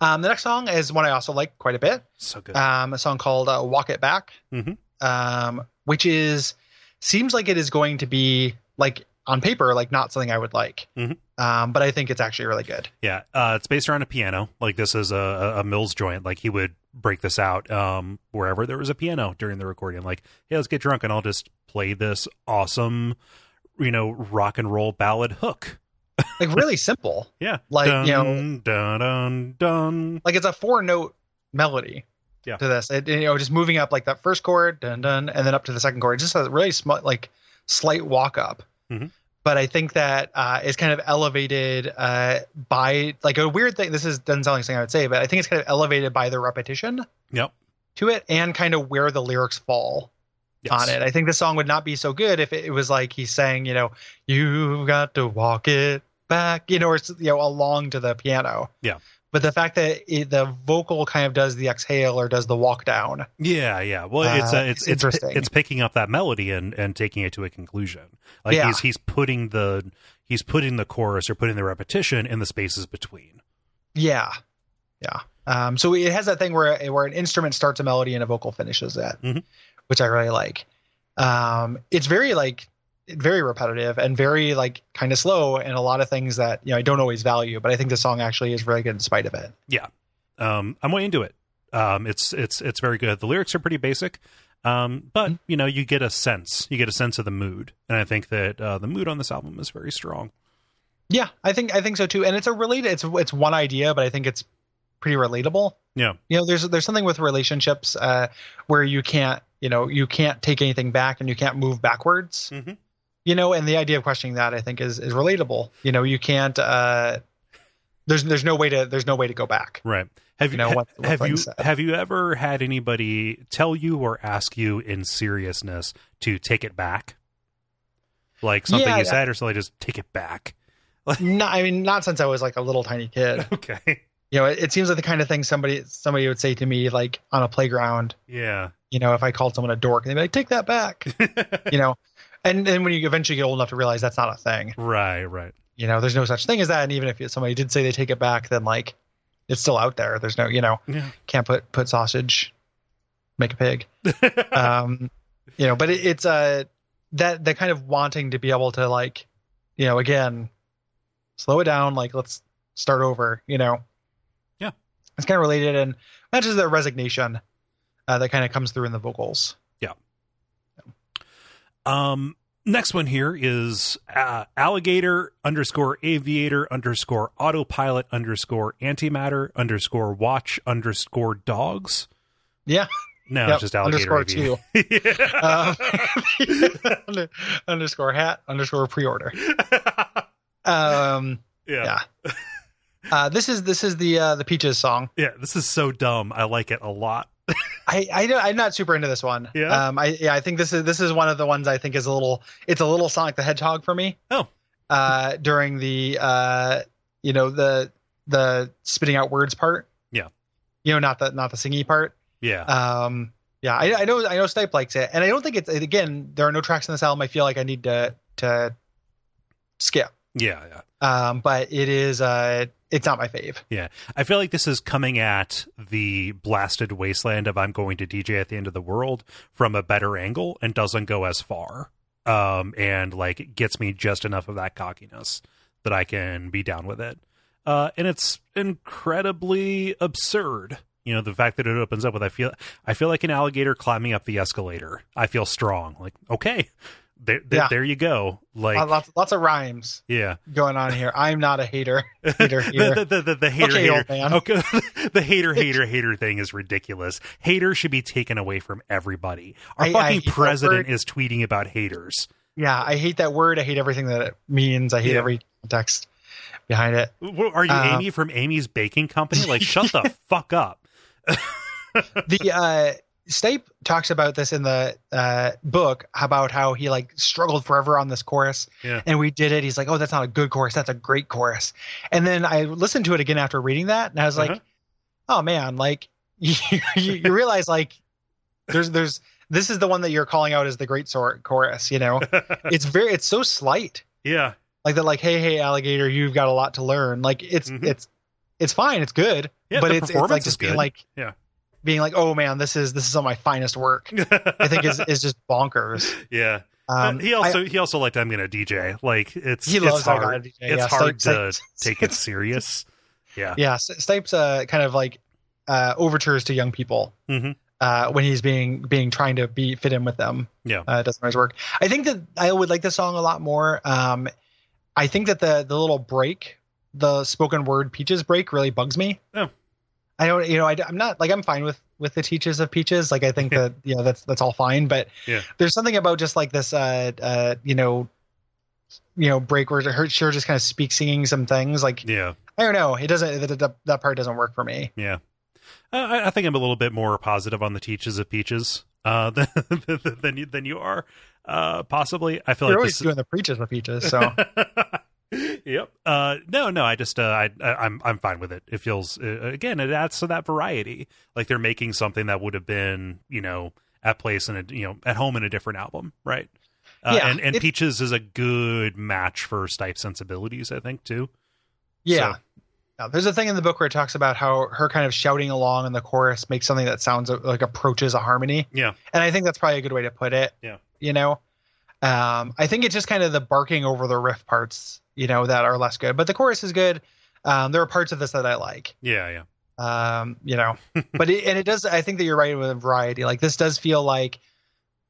B: um the next song is one i also like quite a bit
A: so good
B: um a song called uh, walk it back
A: Mhm.
B: um which is seems like it is going to be like on paper like not something I would like.
A: Mhm.
B: Um, but I think it's actually really good.
A: Yeah, uh, it's based around a piano. Like this is a, a a Mills joint. Like he would break this out um, wherever there was a piano during the recording. Like, hey, let's get drunk and I'll just play this awesome, you know, rock and roll ballad hook.
B: Like really simple.
A: Yeah,
B: Like,
A: dun,
B: you know-
A: dun dun dun.
B: Like it's a four note melody.
A: Yeah.
B: To this, it, you know, just moving up like that first chord, dun dun, and then up to the second chord. It just has a really small, like slight walk up.
A: Mhm.
B: But I think that uh, is kind of elevated uh, by like a weird thing. This is doesn't sound like something I would say, but I think it's kind of elevated by the repetition
A: Yep.
B: to it and kind of where the lyrics fall. on it. I think the song would not be so good if it, it was like he's saying, you know, you've got to walk it back, you know, or it's, you know, along to the piano.
A: Yeah.
B: But the fact that it, the vocal kind of does the exhale or does the walk down,
A: Yeah, yeah. Well, it's
B: Uh,
A: uh, it's
B: it's
A: it's
B: interesting.
A: it's picking up that melody and and taking it to a conclusion. Like
B: Yeah.
A: he's he's putting the he's putting the chorus or putting the repetition in the spaces between.
B: yeah, yeah. Um, so it has that thing where where an instrument starts a melody and a vocal finishes it,
A: Mhm.
B: which I really like. Um, it's very like very repetitive and very like kind of slow and a lot of things that you know I don't always value, but I think the song actually is really good in spite of it.
A: um, I'm way into it. Um, it's it's it's very good. The lyrics are pretty basic, um, but
B: Mm-hmm.
A: you know you get a sense, you get a sense of the mood, and I think that uh, the mood on this album is very strong.
B: Yeah, I think I think so too. And it's a related. It's it's one idea, but I think it's pretty relatable.
A: Yeah.
B: You know, there's there's something with relationships uh, where you can't you know you can't take anything back and you can't move backwards.
A: Mhm.
B: You know, and the idea of questioning that I think is is relatable. You know, you can't. Uh, there's there's no way to there's no way to go back.
A: Right? Have you,
B: You know,
A: ha-
B: what- what
A: have you
B: brings that?
A: have you ever had anybody tell you or ask you in seriousness to take it back, like something
B: Yeah,
A: you
B: yeah.
A: said or something? Just take it back.
B: No, I mean not since I was like a little tiny kid.
A: Okay.
B: You know, it, it seems like the kind of thing somebody somebody would say to me like on a playground.
A: Yeah.
B: You know, if I called someone a dork, they'd be like, "Take that back." you know and then when you eventually get old enough to realize that's not a thing
A: right. Right.
B: you know there's no such thing as that and even if somebody did say they take it back then like it's still out there there's no you know
A: Yeah.
B: can't put put sausage make a pig um you know but it, it's uh that that kind of wanting to be able to like you know again slow it down like let's start over you know
A: Yeah.
B: it's kind of related and matches the resignation uh, that kind of comes through in the vocals
A: Um, next one here is uh, alligator underscore aviator underscore autopilot underscore antimatter underscore watch underscore dogs.
B: Yeah.
A: No,
B: Yep,
A: it's just alligator
B: underscore
A: aviator.
B: Um, under- underscore hat underscore pre-order Uh, um
A: yeah.
B: Yeah. uh this is this is the uh the peaches song
A: Yeah. This is so dumb. I like it a lot.
B: i i don't i'm not super into this one
A: Yeah?
B: um i yeah i think this is this is one of the ones i think is a little it's a little sonic the hedgehog for me
A: Oh.
B: uh during the uh you know the the spitting out words part
A: Yeah.
B: you know not the not the singy part
A: Yeah.
B: um yeah i, I know i know snipe likes it and i don't think it's again there are no tracks in this album i feel like i need to to skip
A: yeah. Yeah.
B: um, but it is uh, it's not my fave.
A: I feel like this is coming at the blasted wasteland of I'm going to DJ at the end of the world from a better angle and doesn't go as far. Um, and like it gets me just enough of that cockiness that I can be down with it. Uh, and it's incredibly absurd. You know, the fact that it opens up with I feel I feel like an alligator climbing up the escalator. I feel strong. Like, okay. There there,
B: Yeah.
A: there you go. Like
B: Uh, lots lots of rhymes
A: yeah.
B: going on here. I'm not a hater. Hater here.
A: The, the, the, the hater,
B: Okay,
A: hater.
B: old man.
A: Okay, the hater, hater, hater thing is ridiculous. Hater should be taken away from everybody. Our
B: I- I
A: fucking
B: hate that
A: president
B: word.
A: is tweeting about haters.
B: yeah, I hate that word. I hate everything that it means. I hate
A: Yeah.
B: every context behind it.
A: What, are you
B: Uh,
A: Amy from Amy's Baking Company? Like, shut the fuck up.
B: The uh, Snape talks about this in the uh, book about how he like struggled forever on this chorus,
A: Yeah.
B: and we did it. He's like, "Oh, that's not a good chorus. That's a great chorus." And then I listened to it again after reading that, and I was like,
A: Uh-huh.
B: oh man like you, you, you realize like there's there's this is the one that you're calling out as the great sor- chorus you know it's very it's so slight
A: yeah,
B: like that like hey hey alligator you've got a lot to learn like it's
A: Mhm.
B: it's it's fine it's good
A: yeah.
B: but
A: the
B: it's, it's
A: performance
B: like
A: is
B: just
A: good.
B: being like
A: Yeah.
B: being like oh man this is this is some of my finest work i think is is just bonkers
A: yeah. Um, he also I, he also liked I'm gonna DJ. Like it's
B: he
A: it's
B: loves
A: hard.
B: I'm gonna DJ.
A: It's
B: yeah,
A: hard to
B: Stipes-
A: take it serious. Yeah.
B: yeah. Stipes uh, kind of like uh, overtures to young people
A: Mhm.
B: uh, when he's being being trying to be fit in with them.
A: Yeah.
B: uh, it doesn't always work. I think that I would like this song a lot more. Um, I think that the the little break, the spoken word peaches break, really bugs me.
A: Oh.
B: I don't, you know, I, am not like I'm fine with with the teaches of peaches. Like I think that you know that's that's all fine, but
A: Yeah.
B: there's something about just like this, uh, uh, you know, you know, break where her sure just kind of speak singing some things. Like
A: Yeah.
B: I don't know, it doesn't that, that, that part doesn't work for me.
A: Yeah. Uh, I, I think I'm a little bit more positive on the teaches of peaches uh, than, than you than you are uh, possibly. I feel
B: You're
A: like
B: always
A: this,
B: doing the preaches with peaches, so
A: yep. Uh, no, no. I just uh, I I- I'm I'm fine with it. It feels uh, again it adds to that variety. Like they're making something that would have been you know at place in a you know at home in a different album, right? Uh,
B: Yeah,
A: and and
B: it-
A: Peaches is a good match for Stipe sensibilities, I think too.
B: yeah.
A: So-
B: No, there's a thing in the book where it talks about how her kind of shouting along in the chorus makes something that sounds uh, like approaches a harmony.
A: Yeah.
B: and I think that's probably a good way to put it.
A: Yeah.
B: You know, um, I think it's just kind of the barking over the riff parts, you know, that are less good, but the chorus is good. Um, there are parts of this that I like,
A: Yeah, yeah,
B: um, you know, but it, and it does. I think that you're right with variety. Like this does feel like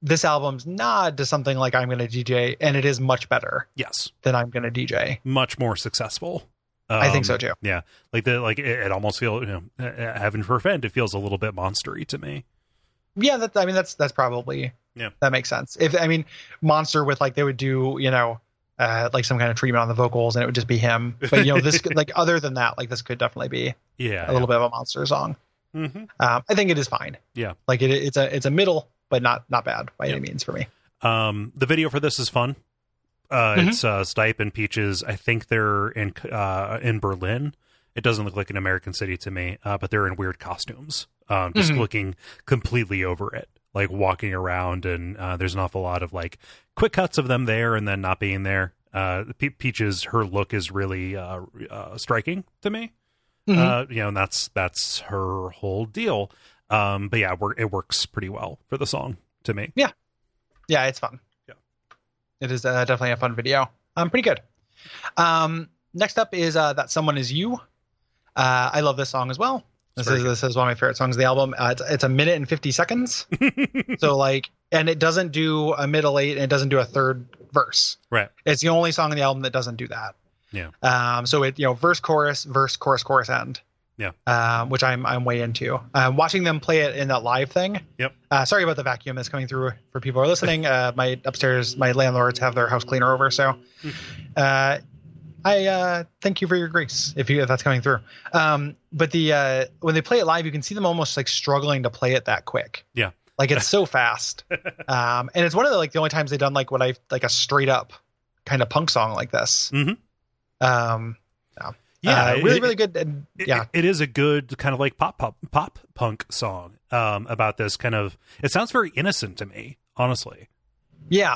B: this album's nod to something like I'm going to DJ, and it is much better
A: yes,
B: than I'm going to DJ.
A: much more successful.
B: I think
A: Um,
B: so too.
A: Yeah, like the like it, it almost feels you know uh, uh, heaven forfend it feels a little bit monstery to me.
B: Yeah, that I mean that's that's probably
A: Yeah.
B: that makes sense. If I mean monster with like they would do you know uh, like some kind of treatment on the vocals and it would just be him. But you know this could, like other than that like this could definitely be
A: Yeah,
B: a little bit of a monster song.
A: Mm-hmm.
B: Um, I think it is fine.
A: Yeah.
B: like it, it's a it's a middle, but not not bad by
A: Yeah.
B: any means for me.
A: Um, the video for this is fun. Uh,
B: Mhm.
A: It's uh, Stipe and Peaches. I think they're in uh, in Berlin. It doesn't look like an American city to me, uh, but they're in weird costumes, um, just
B: Mhm.
A: looking completely over it, like walking around. And uh, there's an awful lot of like quick cuts of them there and then not being there. Uh, Pe- Peaches, her look is really uh, uh, striking to me.
B: Mhm.
A: Uh, you know, and that's that's her whole deal. Um, but yeah, we're, it works pretty well for the song to me.
B: yeah, it's fun.
A: yeah.
B: it is uh, definitely a fun video. Um, pretty good. Um, next up is uh, that someone is you. Uh, I love this song as well.
A: It's
B: This
A: very
B: is this is one of my favorite songs of the album. Uh, it's, it's a minute and fifty seconds. so like, and it doesn't do a middle eight, and it doesn't do a third verse.
A: Right.
B: It's the only song in the album that doesn't do that.
A: Yeah.
B: Um. So it you know verse chorus verse chorus chorus end.
A: Yeah.
B: Um. Which I'm I'm way into. Um. Watching them play it in that live thing.
A: Yep.
B: Uh, sorry about the vacuum that's coming through for people who are listening. Uh. My upstairs my landlords have their house cleaner over, so.
A: Hmm.
B: Uh. I uh, thank you for your grace if you if that's coming through. Um, but the uh, when they play it live, you can see them almost like struggling to play it that quick.
A: Yeah.
B: like it's so fast, um, and it's one of the like the only times they've done like what I like a straight up kind of punk song like this.
A: Mhm.
B: Um,
A: Yeah,
B: uh,
A: it-
B: really,
A: it-
B: really good. And
A: it-
B: yeah,
A: it is a good kind of like pop pop pop punk song um about this kind of it sounds very innocent to me honestly
B: yeah,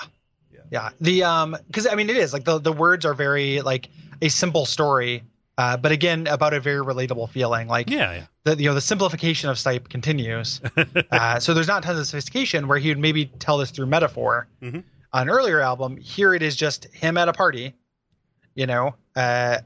A: Yeah.
B: yeah. The um, because I mean, it is like the the words are very like a simple story, uh, but again about a very relatable feeling. Like
A: yeah
B: the you know the simplification of Stipe continues. uh, so there's not tons of sophistication where he would maybe tell this through metaphor.
A: Mhm.
B: On an earlier album, here it is just him at a party, you know, uh,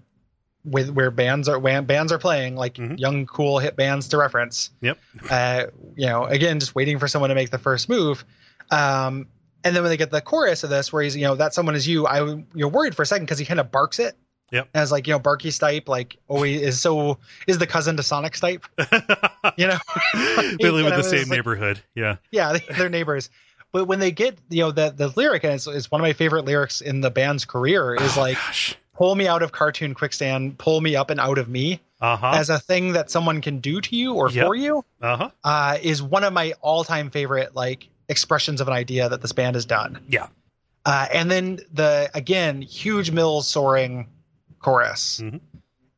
B: with where bands are when bands are playing like
A: Mhm.
B: young cool hit bands to reference.
A: Yep.
B: Uh, you know, again, just waiting for someone to make the first move. Um, and then when they get the chorus of this, where he's you know that someone is you, I you're worried for a second because he kind of barks it.
A: Yep.
B: As like you know, Barky Stipe like always is so is the cousin to Sonic Stipe.
A: yeah
B: You know,
A: they live in
B: I
A: the
B: was
A: same
B: like-
A: neighborhood yeah
B: yeah, they- they're neighbors. But when they get, you know, the, the lyric, and it's, it's one of my favorite lyrics in the band's career, is like,
A: Oh, gosh
B: pull me out of cartoon quicksand, pull me up and out of me
A: uh-huh
B: as a thing that someone can do to you or
A: Yep.
B: for you,
A: uh-huh
B: uh, is one of my all time favorite, like, expressions of an idea that this band has done.
A: Yeah.
B: Uh, and then the, again, huge Mills soaring chorus.
A: Mhm.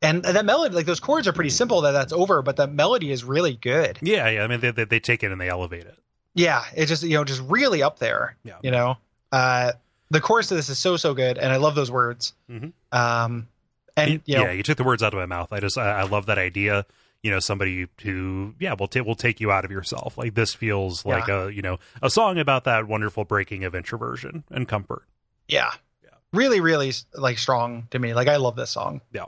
B: And that melody, like, those chords are pretty simple that that's over, but the melody is really good.
A: yeah yeah i mean they, they, they take it and they elevate it
B: yeah it just you know just really up there
A: Yeah.
B: you know uh the chorus of this is so so good and i love those words
A: Mhm.
B: um and you know
A: yeah you took the words out of my mouth i just i, I love that idea you know somebody who yeah will t- will take you out of yourself. Like this feels like a you know a song about that wonderful breaking of introversion and comfort.
B: Yeah.
A: Yeah.
B: Really, really like strong to me. Like I love this song.
A: Yeah.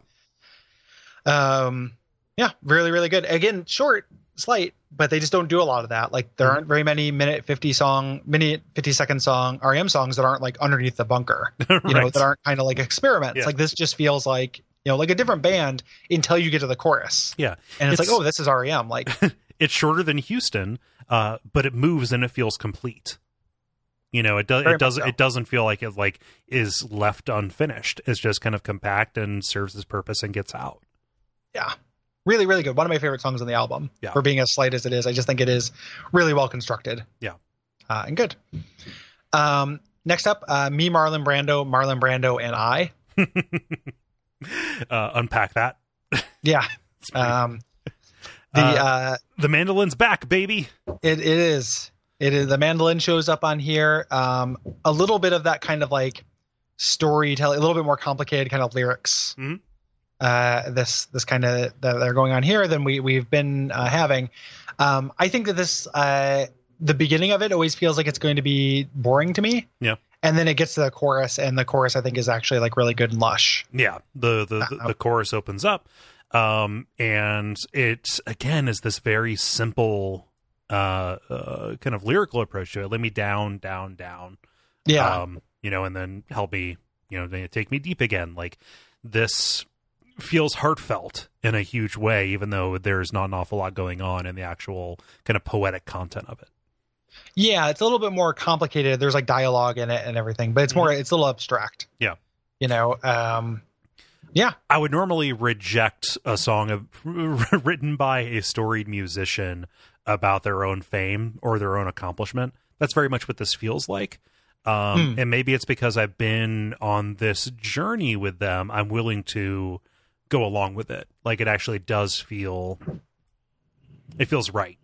B: Um yeah, really, really good. Again, short, slight, but they just don't do a lot of that. Like
A: Mm-hmm.
B: there aren't very many minute fifty song minute fifty second song REM songs that aren't like underneath the bunker.
A: right.
B: You know, that aren't kind of like experiments.
A: Yeah.
B: Like this just feels like you know, like a different band until you get to the chorus.
A: Yeah.
B: And it's,
A: It's-
B: like, oh, this is REM. Like
A: it's shorter than Houston, uh, but it moves and it feels complete. You know, it does. It
B: Very much
A: doesn't.
B: so.
A: It doesn't feel like it like is left unfinished. It's just kind of compact and serves its purpose and gets out.
B: really, really good. One of my favorite songs on the album.
A: Yeah.
B: For being as slight as it is, I just think it is really well constructed.
A: Yeah.
B: Uh, and good. Um, next up, uh, me, Marlon Brando, Marlon Brando, and I.
A: Uh, unpack that.
B: Yeah.
A: It's pretty-
B: Um, the
A: Uh,
B: uh,
A: the mandolin's back, baby.
B: it, it is it is the mandolin shows up on here. Um, a little bit of that kind of like storytelling, a little bit more complicated kind of lyrics.
A: Mhm.
B: Uh, this this kind of that are going on here than we we've been uh, having. Um, I think that this uh, the beginning of it always feels like it's going to be boring to me.
A: Yeah.
B: And then it gets to the chorus, and the chorus I think is actually like really good and lush.
A: Yeah, the the, the,
B: Uh-oh.
A: the chorus opens up, um, and it again is this very simple uh, uh kind of lyrical approach to it. Let me down, down, down.
B: Yeah.
A: um, you know, and then help me, you know, then take me deep again. Like this feels heartfelt in a huge way, even though there's not an awful lot going on in the actual kind of poetic content of it.
B: Yeah, it's a little bit more complicated. There's like dialogue in it and everything, but it's more it's a little abstract.
A: Mm-hmm. Yeah.
B: You know, um
A: I would normally reject a song of, written by a storied musician about their own fame or their own accomplishment. That's very much what this feels like. Um,
B: Hmm.
A: And maybe it's because I've been on this journey with them. I'm willing to go along with it. Like it actually does feel, it feels right.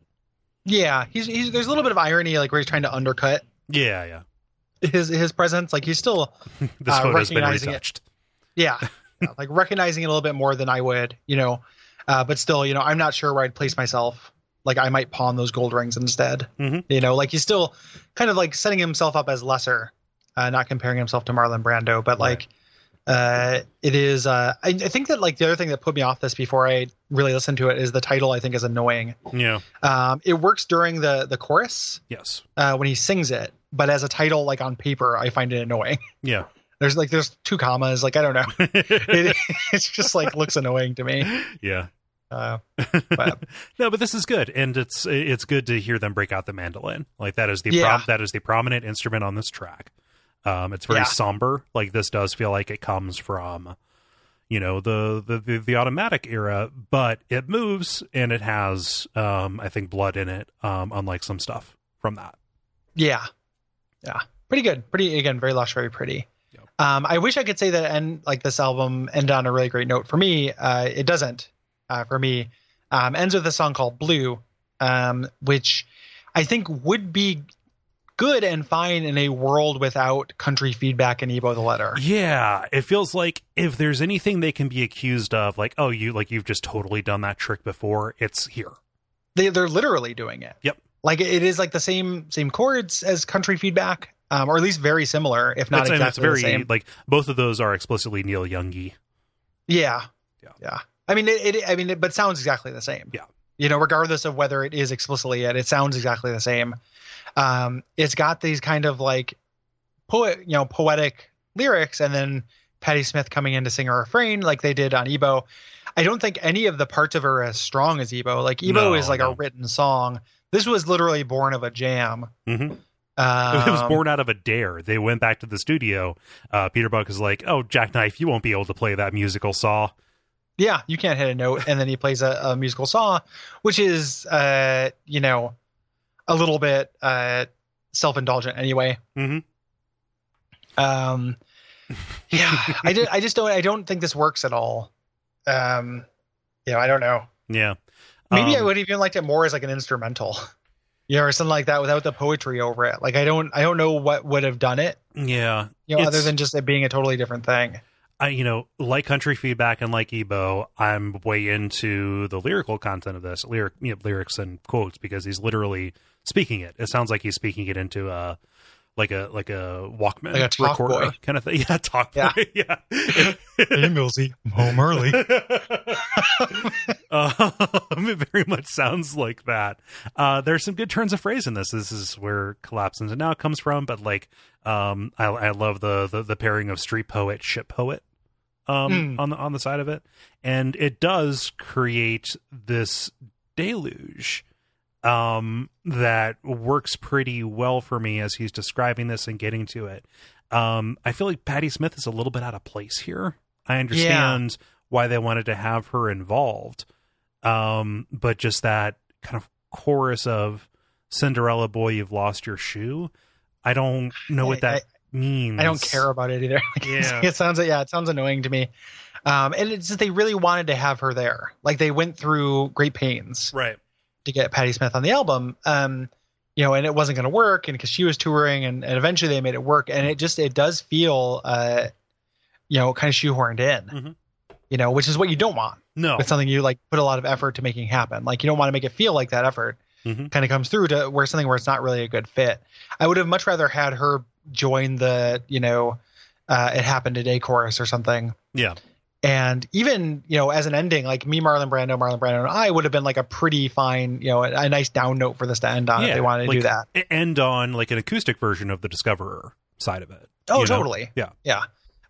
B: yeah, he's, he's there's a little bit of irony like where he's trying to undercut
A: Yeah, yeah.
B: his his presence. Like he's still
A: This
B: Uh,
A: photo's been
B: recognizing it.
A: retouched.
B: yeah, yeah, like recognizing it a little bit more than I would, you know. Uh but still, you know, I'm not sure where I'd place myself. Like I might pawn those gold rings instead.
A: Mhm.
B: You know, like he's still kind of like setting himself up as lesser, uh not comparing himself to Marlon Brando, but like
A: Right.
B: uh it is uh I, I think that like the other thing that put me off this before i really listened to it is the title i think is annoying
A: Yeah.
B: um it works during the the chorus
A: Yes.
B: uh when he sings it but as a title like on paper i find it annoying
A: Yeah.
B: there's like there's two commas like i don't know it, it's just like looks annoying to me
A: yeah.
B: uh but
A: No, but this is good, and it's it's good to hear them break out the mandolin. Like that is the
B: Yeah.
A: prom- that is the prominent instrument on this track. Um, it's very
B: Yeah.
A: somber. Like this does feel like it comes from, you know, the the the, the automatic era, but it moves and it has, um, I think, blood in it. Um, unlike some stuff from that.
B: yeah yeah pretty good pretty again very lush very pretty
A: Yep.
B: um i wish i could say that and like this album end on a really great note for me uh it doesn't uh for me um ends with a song called blue um which i think would be good and fine in a world without country feedback and ebo the letter
A: Yeah, it feels like if there's anything they can be accused of, like oh you like you've just totally done that trick before, it's here.
B: they they're literally doing it.
A: Yep.
B: Like it is like the same same chords as country feedback, um, or at least very similar, if not
A: It's- and
B: exactly
A: it's very
B: the same.
A: like both of those are explicitly Neil Youngy.
B: Yeah.
A: Yeah.
B: Yeah. I mean, it, it. I mean, it, but sounds exactly the same.
A: Yeah.
B: You know, regardless of whether it is explicitly it, it sounds exactly the same. Um, it's got these kind of like poet, you know, poetic lyrics, and then Patti Smith coming in to sing a refrain like they did on Ebo. I don't think any of the parts of her are as strong as Ebo. Like Ebo
A: No,
B: is like
A: no.
B: a written song. This was literally born of a jam.
A: hmm
B: Um,
A: it was born out of a dare. They went back to the studio. Uh, Peter Buck is like, "Oh, Jackknife, you won't be able to play that musical saw."
B: Yeah, you can't hit a note, and then he plays a, a musical saw, which is, uh, you know, a little bit uh, self-indulgent anyway.
A: Mhm.
B: Um, yeah, I did. I just don't. I don't think this works at all. Um, you know, I don't know.
A: Yeah,
B: Maybe I
A: Um,
B: would have even liked it more as like an instrumental, you know, or something like that, without the poetry over it. Like, I don't. I don't know what would have done it,
A: Yeah,
B: you know, other
A: It's-
B: than just it being a totally different thing.
A: I, you know, like country feedback and like Ebo, I'm way into the lyrical content of this lyric, you know, lyrics and quotes because he's literally speaking it. It sounds like he's speaking it into a like a like a Walkman
B: Like a Talk
A: recorder
B: Boy.
A: kind of thing. Yeah, talk
B: Yeah.
A: boy. Yeah.
B: Hey, Millsy, I'm E, home early.
A: um, it very much sounds like that. Uh, there's some good turns of phrase in this. This is where collapse into now comes from, but like, um, I, I love the, the the pairing of street poet, ship poet, um,
B: Mm.
A: on the on the side of it, and it does create this deluge, um, that works pretty well for me as he's describing this and getting to it. Um, I feel like Patty Smith is a little bit out of place here. I understand why they wanted to have her involved. Um, but just that kind of chorus of Cinderella boy, you've lost your shoe. I don't know what
B: I-
A: that means.
B: I don't care about it either. Like, it's-
A: Yeah.
B: it sounds yeah, it sounds annoying to me. Um, and it's just they really wanted to have her there. Like they went through great pains
A: Right.
B: to get Patti Smith on the album. Um, you know, and it wasn't going to work, and because she was touring, and, and eventually they made it work, and it just it does feel, uh, you know, kind of shoehorned in.
A: Mhm.
B: You know, which is what you don't want.
A: No.
B: It's something you like put a lot of effort to making happen. Like you don't want to make it feel like that effort
A: Mhm.
B: kind of comes through to where something where it's not really a good fit. I would have much rather had her join the, you know, uh, it happened today chorus or something.
A: Yeah.
B: And even, you know, as an ending, like me, Marlon Brando, Marlon Brando, and I would have been like a pretty fine, you know, a, a nice down note for this to end on if
A: Yeah,
B: they wanted to
A: like,
B: do that.
A: e- End on like an acoustic version of the Discoverer side of it.
B: Oh,
A: you know?
B: totally.
A: Yeah.
B: Yeah.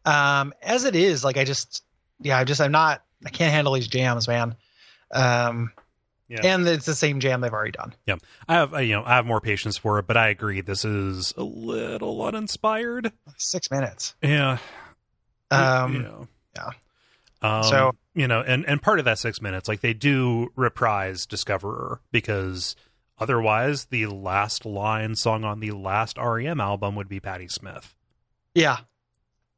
B: Um, as it is, like I just, yeah, I just, I'm not, I can't handle these jams, man. Um,
A: Yeah.
B: And it's the same jam they've already done.
A: I have, I, you know, I have more patience for it, but I agree. This is a little uninspired.
B: Six minutes.
A: Yeah.
B: Um,
A: yeah. Um,
B: So-
A: you know, and and part of that six minutes, like they do reprise Discoverer because otherwise, the last line song on the last REM album would be Patti Smith.
B: Yeah.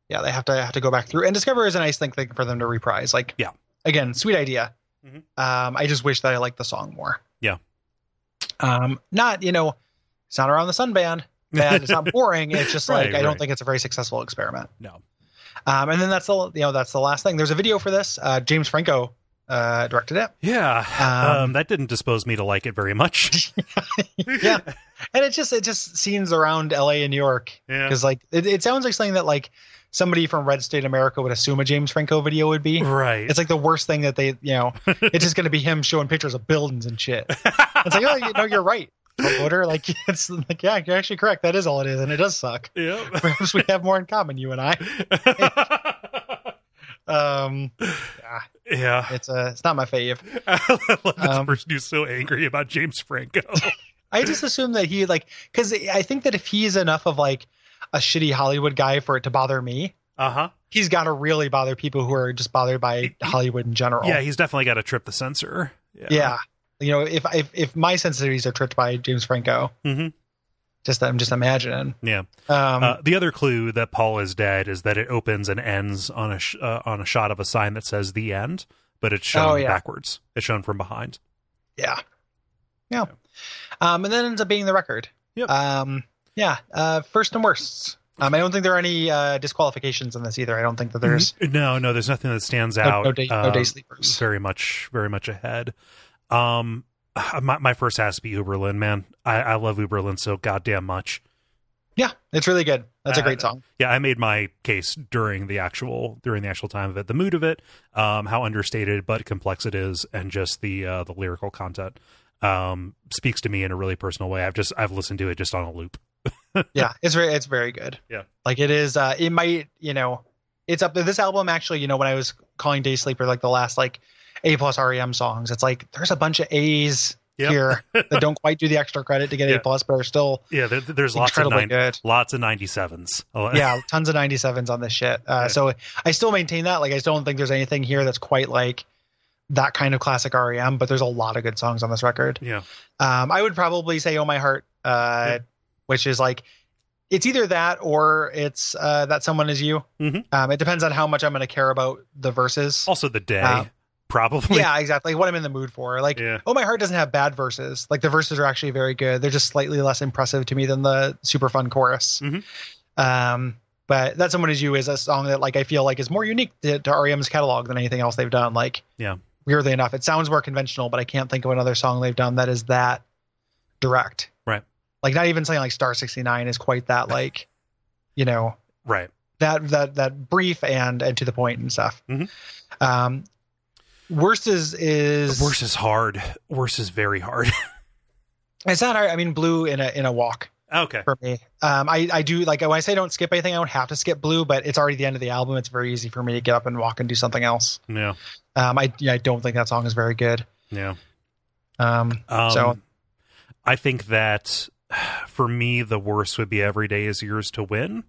B: Yeah, they have to have to go back through. And Discover is a nice thing, thing for them to reprise. Like
A: Yeah.
B: Again, sweet idea.
A: Mhm.
B: Um, I just wish that I liked the song more.
A: Yeah.
B: Um, not, you know, it's not around the sun band. Bad. It's not boring. It's just like
A: Right,
B: I don't
A: right.
B: think it's a very successful experiment.
A: No.
B: Um, and then that's the you know, that's the last thing. There's a video for this. Uh, James Franco uh, directed it.
A: Yeah, um,
B: Um,
A: that didn't dispose me to like it very much.
B: Yeah. And it just it just scenes around LA and New York
A: yeah,
B: because like it, it sounds like something that like somebody from Red State America would assume a James Franco video would be.
A: right.
B: It's like the worst thing that they, you know, it's just going to be him showing pictures of buildings and shit. It's like, oh, you know, you're right. Order, like it's like, yeah, you're actually correct. That is all it is, and it does suck.
A: yep.
B: Perhaps we have more in common, you and I. Um, yeah,
A: yeah,
B: it's uh, it's not my fave.
A: I love this
B: Um,
A: person who's so angry about James Franco.
B: I just assume that he like because I think that if he's enough of like a shitty Hollywood guy for it to bother me,
A: Uh huh.
B: he's got to really bother people who are just bothered by Hollywood in general.
A: Yeah, he's definitely got to trip the censor.
B: yeah. You know, if if if my sensitivities are tricked by James Franco,
A: hmm
B: just I'm just imagining.
A: Yeah.
B: Um,
A: uh, the other clue that Paul is dead is that it opens and ends on a sh- uh, on a shot of a sign that says "the end," but it's shown
B: Oh, yeah.
A: backwards. It's shown from behind.
B: Yeah. Yeah. Um, and then it ends up being the record.
A: Yep.
B: Um, yeah. Uh, first and worst. Um, I don't think there are any uh, disqualifications in this either. I don't think that there's
A: Mm-hmm. No, no, there's nothing that stands
B: no,
A: out.
B: no, day, no
A: uh,
B: day sleepers.
A: very much, very much ahead. Um, my, my first has to be Uberlin, man. I, I love Uberlin so goddamn much.
B: Yeah, it's really good. That's
A: Uh,
B: a great song.
A: yeah i made my case during the actual during the actual time of it the mood of it um how understated but complex it is and just the uh the lyrical content um speaks to me in a really personal way i've just i've listened to it just on a loop
B: yeah, it's very it's very good.
A: Yeah.
B: Like it is. Uh, it might you know, it's up there. This album actually, you know, when I was calling Day Sleeper like the last like A plus REM songs, it's like there's a bunch of A's
A: Yep.
B: here that don't quite do the extra credit to get
A: Yeah.
B: A plus, but are still
A: yeah there, there's lots of
B: incredibly
A: nine,
B: good.
A: lots of 97s oh,
B: yeah, tons of 97s on this shit. Uh,
A: Yeah.
B: So I still maintain that. Like, I still don't think there's anything here that's quite like that kind of classic REM, but there's a lot of good songs on this record.
A: yeah
B: Um, I would probably say Oh My Heart, uh,
A: Yeah.
B: which is like, it's either that or it's uh, That Someone Is You.
A: Mhm.
B: Um, it depends on how much I'm going to care about the verses.
A: also the day
B: Um,
A: probably
B: yeah, exactly. What I'm in the mood for. Like,
A: yeah
B: Oh My Heart doesn't have bad verses. Like the verses are
A: Mm-hmm.
B: actually very good. They're just slightly less impressive to me than the super fun chorus.
A: Mhm.
B: Um, But that someone is you is a song that like I feel like is more unique to, to REM's catalog than anything else they've done. Like
A: Yeah.
B: weirdly enough, it sounds more conventional, but I can't think of another song they've done that is that direct.
A: Right.
B: Like not even something like Star 69 is quite that like, you know,
A: Right.
B: that that that brief and and to the point and stuff.
A: Mhm.
B: Um, worst is is
A: Worse is hard. Worse is very hard.
B: It's not. hard. I mean, blue in a in a walk
A: okay.
B: for me. Um, I I do like when I say don't skip anything, I don't have to skip blue, but it's already the end of the album. It's very easy for me to get up and walk and do something else.
A: Yeah.
B: Um, I yeah, I don't think that song is very good.
A: Yeah.
B: Um,
A: Um,
B: So-
A: I think that for me, the worst would be every day is yours to win.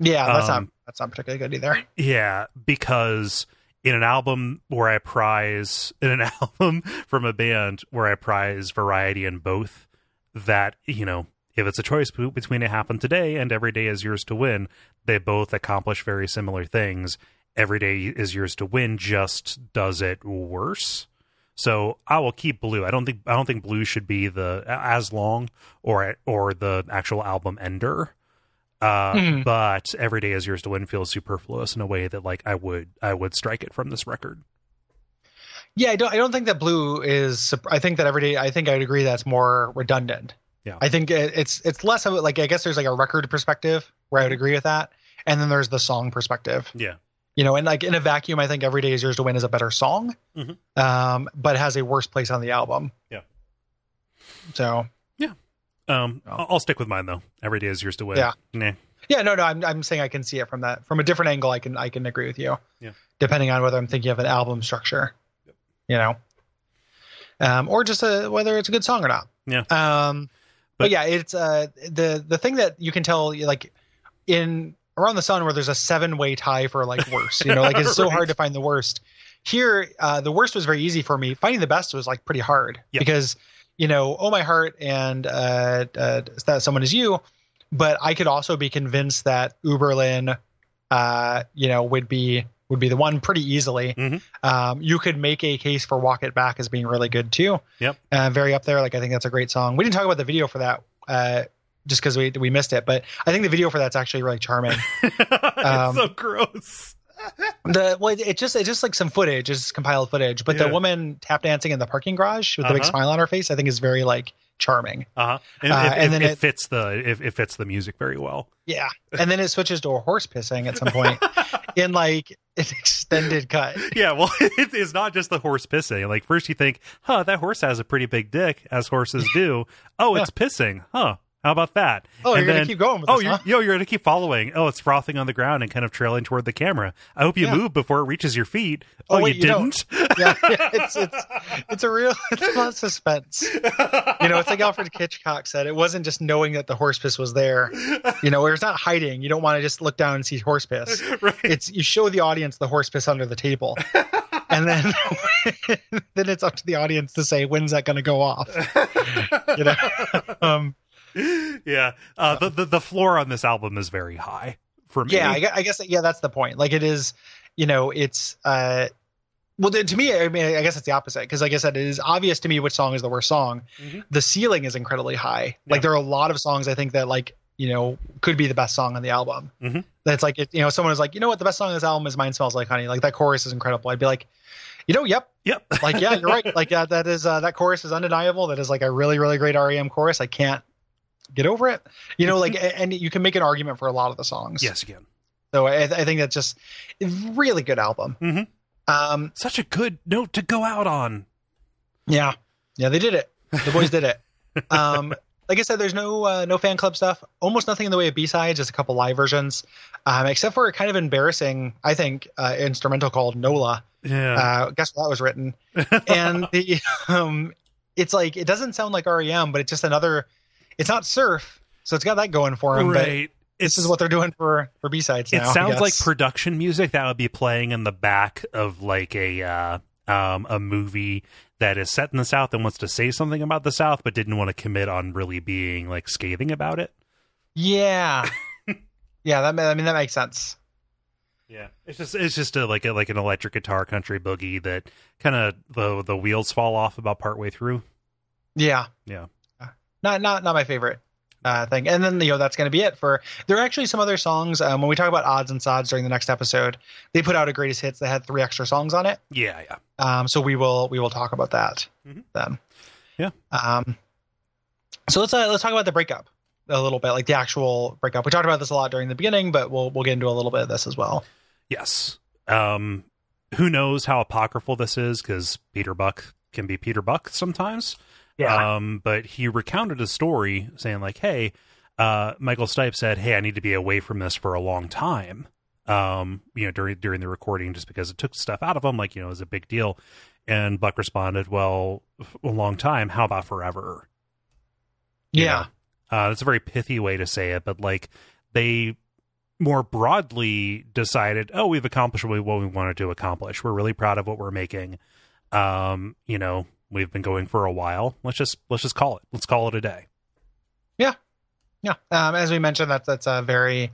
B: yeah, that's
A: Um,
B: not that's not particularly good either.
A: Yeah, because in an album where I prize in an album from a band where I prize variety in both, that you know, if it's a choice be- between it happened today and every day is yours to win, they both accomplish very similar things. Every day is yours to win just does it worse. So I will keep blue. I don't think I don't think blue should be the as long or or the actual album ender uh,
B: Mhm.
A: but every day is yours to win feels superfluous in a way that like I would I would strike it from this record.
B: Yeah, I don't. I don't think that blue is. sup- I think that every day. I think I would agree that's more redundant.
A: Yeah.
B: I think it, it's it's less of a- like I guess there's like a record perspective where I would agree with that, and then there's the song perspective.
A: Yeah.
B: You know, and like in a vacuum, I think every day is yours to win is a better song,
A: Mhm.
B: um, but has a worse place on the album.
A: Yeah.
B: So
A: Um,
B: Oh.
A: I'll, I'll stick with mine though. Every day is yours to win.
B: Yeah.
A: Nah.
B: yeah, no, no, I'm I'm saying I can see it from that from a different angle. I can I can agree with you.
A: Yeah.
B: Depending on whether I'm thinking of an album structure,
A: Yep.
B: you know, um, or just a, whether it's a good song or not.
A: Yeah.
B: Um, but,
A: But-
B: yeah, it's uh the the thing that you can tell like in around the sun where there's a seven way tie for like worst. You know, like it's so
A: Right.
B: hard to find the worst. Here, uh, the worst was very easy for me. Finding the best was like pretty hard
A: Yeah.
B: because you know, oh my heart and uh, uh, that someone is you but I could also be convinced that Uberlin, uh, you know, would be would be the one pretty easily.
A: Mhm.
B: Um, you could make a case for Walk It Back as being really good too.
A: Yep.
B: Uh, very up there. Like I think that's a great song. We didn't talk about the video for that uh, just because we we missed it, but I think the video for that's actually really charming.
A: it's
B: Um,
A: so gross.
B: the well, it, it just it just like some footage, it's just compiled footage. But
A: Yeah.
B: the woman tap dancing in the parking garage with the big
A: Uh-huh.
B: smile on her face, I think is very like charming.
A: Uh-huh. And,
B: uh,
A: it,
B: and
A: it-
B: then
A: it
B: it-
A: fits the it, it fits the music very well.
B: Yeah. And then it switches to a horse pissing at some point in like an extended cut.
A: Yeah, well, it, it's not just the horse pissing. Like first you think, huh, that horse has a pretty big dick, as horses do. Oh, it's pissing, huh? How about that?
B: Oh,
A: And
B: you're
A: then-
B: gonna keep going with
A: Oh,
B: this,
A: you're,
B: huh?
A: yo, you're gonna keep following. Oh, it's frothing on the ground and kind of trailing toward the camera. I hope you
B: Yeah.
A: move before it reaches your feet.
B: Oh,
A: Oh,
B: wait,
A: you
B: you don't.
A: didn't.
B: yeah, it's it's it's a real it's a lot of suspense. You know, it's like Alfred Hitchcock said, it wasn't just knowing that the horse piss was there. You know, or it's not hiding. You don't want to just look down and see horse piss.
A: right.
B: It's you show the audience the horse piss under the table. And then then it's up to the audience to say when's that going to go off. You know. Um
A: yeah. Uh, the, the the floor on this album is very high for me.
B: yeah I, gue- I guess yeah that's the point like it is you know it's uh well th- to me i mean i guess it's the opposite because like i said it is obvious to me which song is the worst song
A: Mhm.
B: the ceiling is incredibly high
A: Yeah.
B: like there are a lot of songs i think that like you know could be the best song on the album
A: Mhm.
B: that's like it, you know someone was like you know what the best song on this album is mine smells like honey like that chorus is incredible i'd be like you know yep
A: Yep.
B: like yeah you're right like that that is uh, that chorus is undeniable that is like a really really great rem chorus i can't get over it you know like a- and you can make an argument for a lot of the songs
A: Yes, again.
B: so I, I think that's just a really good album.
A: Mhm.
B: Um,
A: Such a good note to go out on.
B: yeah, yeah, they did it. The boys did it. Um, like I said, there's no uh, no fan club stuff. Almost nothing in the way of B sides, just a couple live versions, um, except for a kind of embarrassing, I think, uh, instrumental called Nola.
A: Yeah.
B: Uh, guess what that was written? And the um, it's like it doesn't sound like REM, but it's just another. It's not surf, so it's got that going for them. But
A: right.
B: this is what they're doing for for B sides
A: It
B: now. I
A: sounds like
B: guess.
A: production music that would be playing in the back of like a uh, um, a movie that is set in the South and wants to say something about the South, but didn't want to commit on really being like scathing about it.
B: Yeah. yeah, that ma- I mean that makes sense.
A: Yeah, it's just it's just a, like a, like an electric guitar country boogie that kind of the the wheels fall off about partway through.
B: Yeah. Uh,
A: Yeah.
B: Not not not my favorite. uh, thing. And then you know that's going to be it for. There are actually some other songs. Um, when we talk about odds and sods during the next episode, they put out a greatest hits that had three extra songs on it.
A: Yeah, yeah.
B: Um, so we will we will talk about that
A: Mhm.
B: then.
A: Yeah.
B: Um. So let's uh, let's talk about the breakup a little bit, like the actual breakup. We talked about this a lot during the beginning, but we'll we'll get into a little bit of this as well.
A: Yes. Um, who knows how apocryphal this is because Peter Buck can be Peter Buck sometimes.
B: Uh,
A: Um, but he recounted a story saying, like, hey, uh, Michael Stipe said, hey, I need to be away from this for a long time. Um, you know, during during the recording, just because it took stuff out of him, like you know, it was a big deal. And Buck responded, "Well, f- a long time. How about forever?" you
B: yeah.
A: know. Uh, that's a very pithy way to say it, but like they more broadly decided, oh, we've accomplished what we, what we wanted to accomplish. We're really proud of what we're making. Um, you know, we've been going for a while. Let's just let's just call it. Let's call it a day.
B: Yeah, um, as we mentioned, that's that's uh, very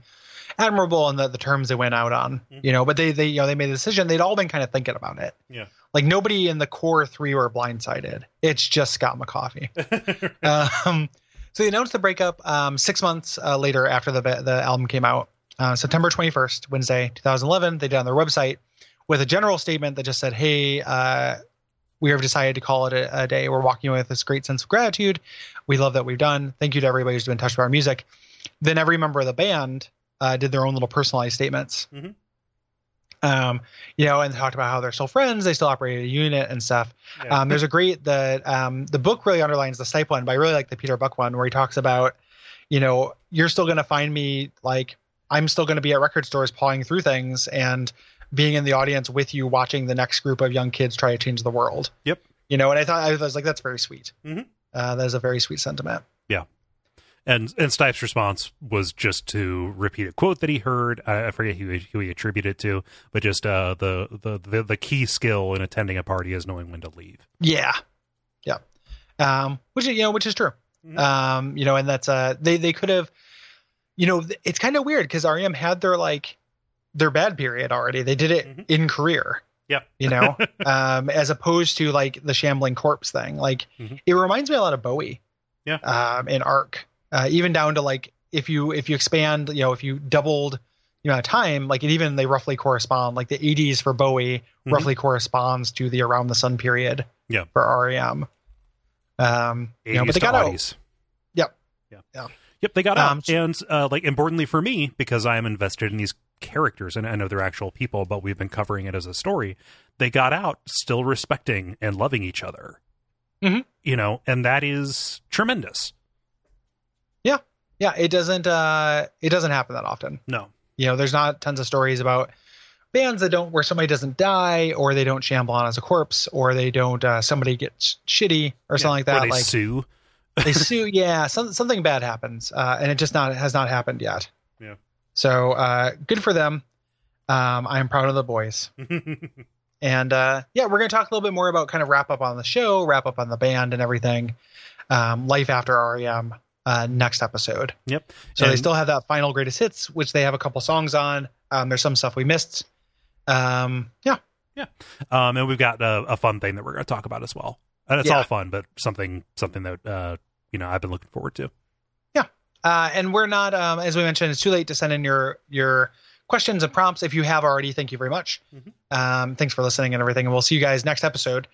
B: admirable in the, the terms they went out on.
A: Mhm.
B: You know, but they they you know they made a decision. They'd all been kind of thinking about it.
A: Yeah.
B: like nobody in the core three were blindsided. It's just Scott McCoffey. um, so they announced the breakup um, six months uh, later after the the album came out, uh, September 21st, Wednesday, 2011. They did it on their website with a general statement that just said, "Hey, uh, we have decided to call it a, a day. We're walking away with this great sense of gratitude. We love that we've done. Thank you to everybody who's been touched by our music." Then every member of the band uh, did their own little personalized statements.
A: Mhm.
B: Um, you know, and talked about how they're still friends, they still operate as a unit and stuff. Um, there's a great the um, the book really underlines the Stipe one, but I really like the Peter Buck one where he talks about, you know, you're still gonna find me like I'm still gonna be at record stores pawing through things and being in the audience with you watching the next group of young kids try to change the world.
A: Yep.
B: You know, and I thought I was like, that's very sweet.
A: Mhm.
B: Uh, that is a very sweet sentiment.
A: and and Stipe's response was just to repeat a quote that he heard. I, I forget who, he- who he attributed it to, but just uh, the, the the the key skill in attending a party is knowing when to leave.
B: Yeah. Yeah. Um, which is, you know, which is true.
A: Mhm.
B: Um, you know, and that's, uh, they, they could have, you know, th- it's kind of weird cause REM had their, like their bad period already. They did it
A: Mhm.
B: in career.
A: Yep.
B: You know, um, as opposed to like the shambling corpse thing. Like
A: Mhm.
B: it reminds me a lot of Bowie.
A: Yeah.
B: Um, and arc, uh, even down to like, if you, if you expand, you know, if you doubled the amount of time, like it even, they roughly correspond like the 80s for Bowie
A: Mhm.
B: roughly corresponds to the around the sun period
A: Yeah.
B: for REM. Um, you know, but
A: 80s
B: they
A: to
B: got out.
A: oddies.
B: Yep.
A: Yeah.
B: Yeah.
A: Yep. They got
B: Um,
A: out, and uh, like importantly for me, because I am invested in these characters, and I know they're actual people, but we've been covering it as a story. They got out still respecting and loving each other.
B: Mhm.
A: You know, and that is tremendous.
B: Yeah, it doesn't uh, it doesn't happen that often.
A: No.
B: You know, there's not tons of stories about bands that don't where somebody doesn't die or they don't shamble on as a corpse or they don't uh, somebody gets shitty or something like
A: Where
B: that.
A: they
B: like
A: sue.
B: they sue. Yeah, some, something bad happens, uh, and it just not it has not happened yet.
A: Yeah.
B: So uh, good for them. Um, I am proud of the boys. And uh, yeah, we're going to talk a little bit more about kind of wrap up on the show, wrap up on the band and everything, um, life after REM uh, next episode.
A: Yep.
B: So they
A: And-
B: still have that final greatest hits, which they have a couple songs on. Um, there's some stuff we missed. Um, yeah,
A: um, and we've got a, a fun thing that we're going to talk about as well. And it's
B: Yeah.
A: all fun, but something something that uh, you know I've been looking forward to.
B: uh, and we're not, um, as we mentioned, it's too late to send in your your questions and prompts if you have already. Thank you very much.
A: Mhm.
B: Um, thanks for listening and everything, and we'll see you guys next episode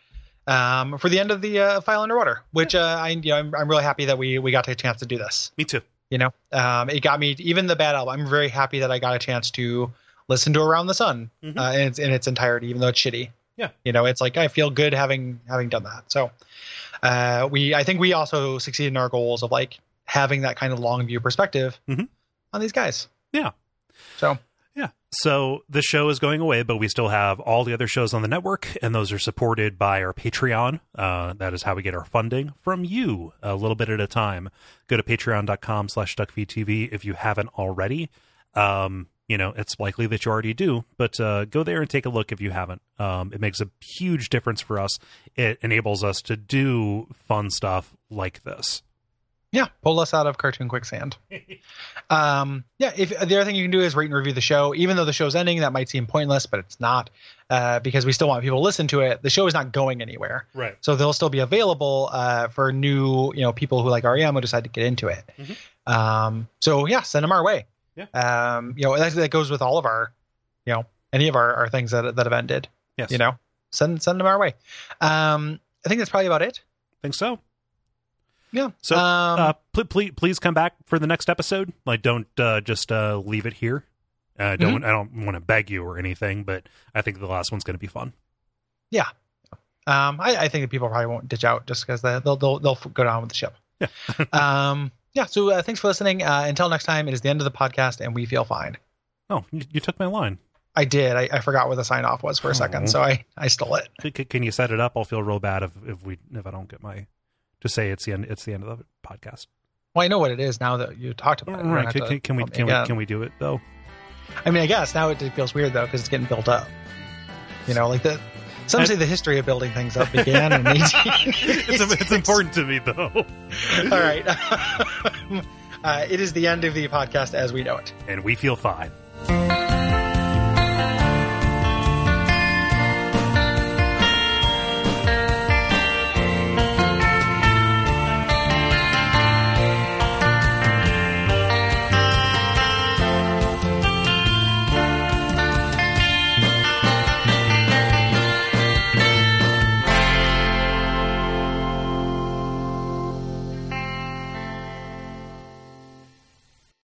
B: um, for the end of the uh, file underwater. Which uh, I, you know, I'm, I'm really happy that we we got the chance to do this.
A: Me too.
B: you know um, it got me even the bad album i'm very happy that i got a chance to listen to around the sun
A: Mhm.
B: uh, in, its, in its entirety even though it's shitty
A: Yeah.
B: you know it's like i feel good having having done that so uh, we i think we also succeeded in our goals of like having that kind of long view perspective
A: Mhm.
B: on these guys
A: Yeah.
B: so
A: Yeah. So the show is going away, but we still have all the other shows on the network, and those are supported by our Patreon. Uh, that is how we get our funding from you, a little bit at a time. Go to patreon.com slash duckfeedtv if you haven't already. Um, you know, it's likely that you already do, but uh, go there and take a look if you haven't. Um, it makes a huge difference for us. It enables us to do fun stuff like this.
B: Yeah, pull us out of cartoon quicksand. um, yeah, if the other thing you can do is rate and review the show, even though the show's ending, that might seem pointless, but it's not uh, because we still want people to listen to it. The show is not going anywhere,
A: Right.
B: so they'll still be available uh, for new, you know, people who like REM who decide to get into it.
A: Mhm.
B: Um, so yeah, send them our way.
A: Yeah.
B: Um, you know, that, that goes with all of our, you know, any of our, our things that that have ended.
A: Yes.
B: You know, send send them our way. Um, I think that's probably about it.
A: Think so.
B: Yeah.
A: So,
B: um,
A: uh, pl- please, please come back for the next episode. Like, don't uh, just uh, leave it here. I don't. I don't want to beg you or anything, but I think the last one's going to be fun.
B: Um, I, I think that people probably won't ditch out just because they'll, they'll they'll go down with the ship.
A: Yeah.
B: um, yeah. So uh, thanks for listening. Uh, until next time, it is the end of the podcast, and we feel fine.
A: Oh, you, you took my line.
B: I did. I, I forgot what the sign off was for a
A: Oh.
B: second, so I I stole it.
A: C- c- can you set it up? I'll feel real bad if, if we if I don't get my to say it's the end. It's the end of the podcast.
B: Well, I know what it is now that you talked about it. You don't
A: Right?
B: have
A: Can,
B: to
A: can- can we
B: tell me
A: can we
B: again.
A: can we do it though?
B: I mean, I guess now it feels weird though because it's getting built up. You know, like the some
A: I-
B: say the history of building things up began in 18.
A: it's, it's important to me though.
B: All right. uh, it is the end of the podcast as we know it.
A: And we feel fine.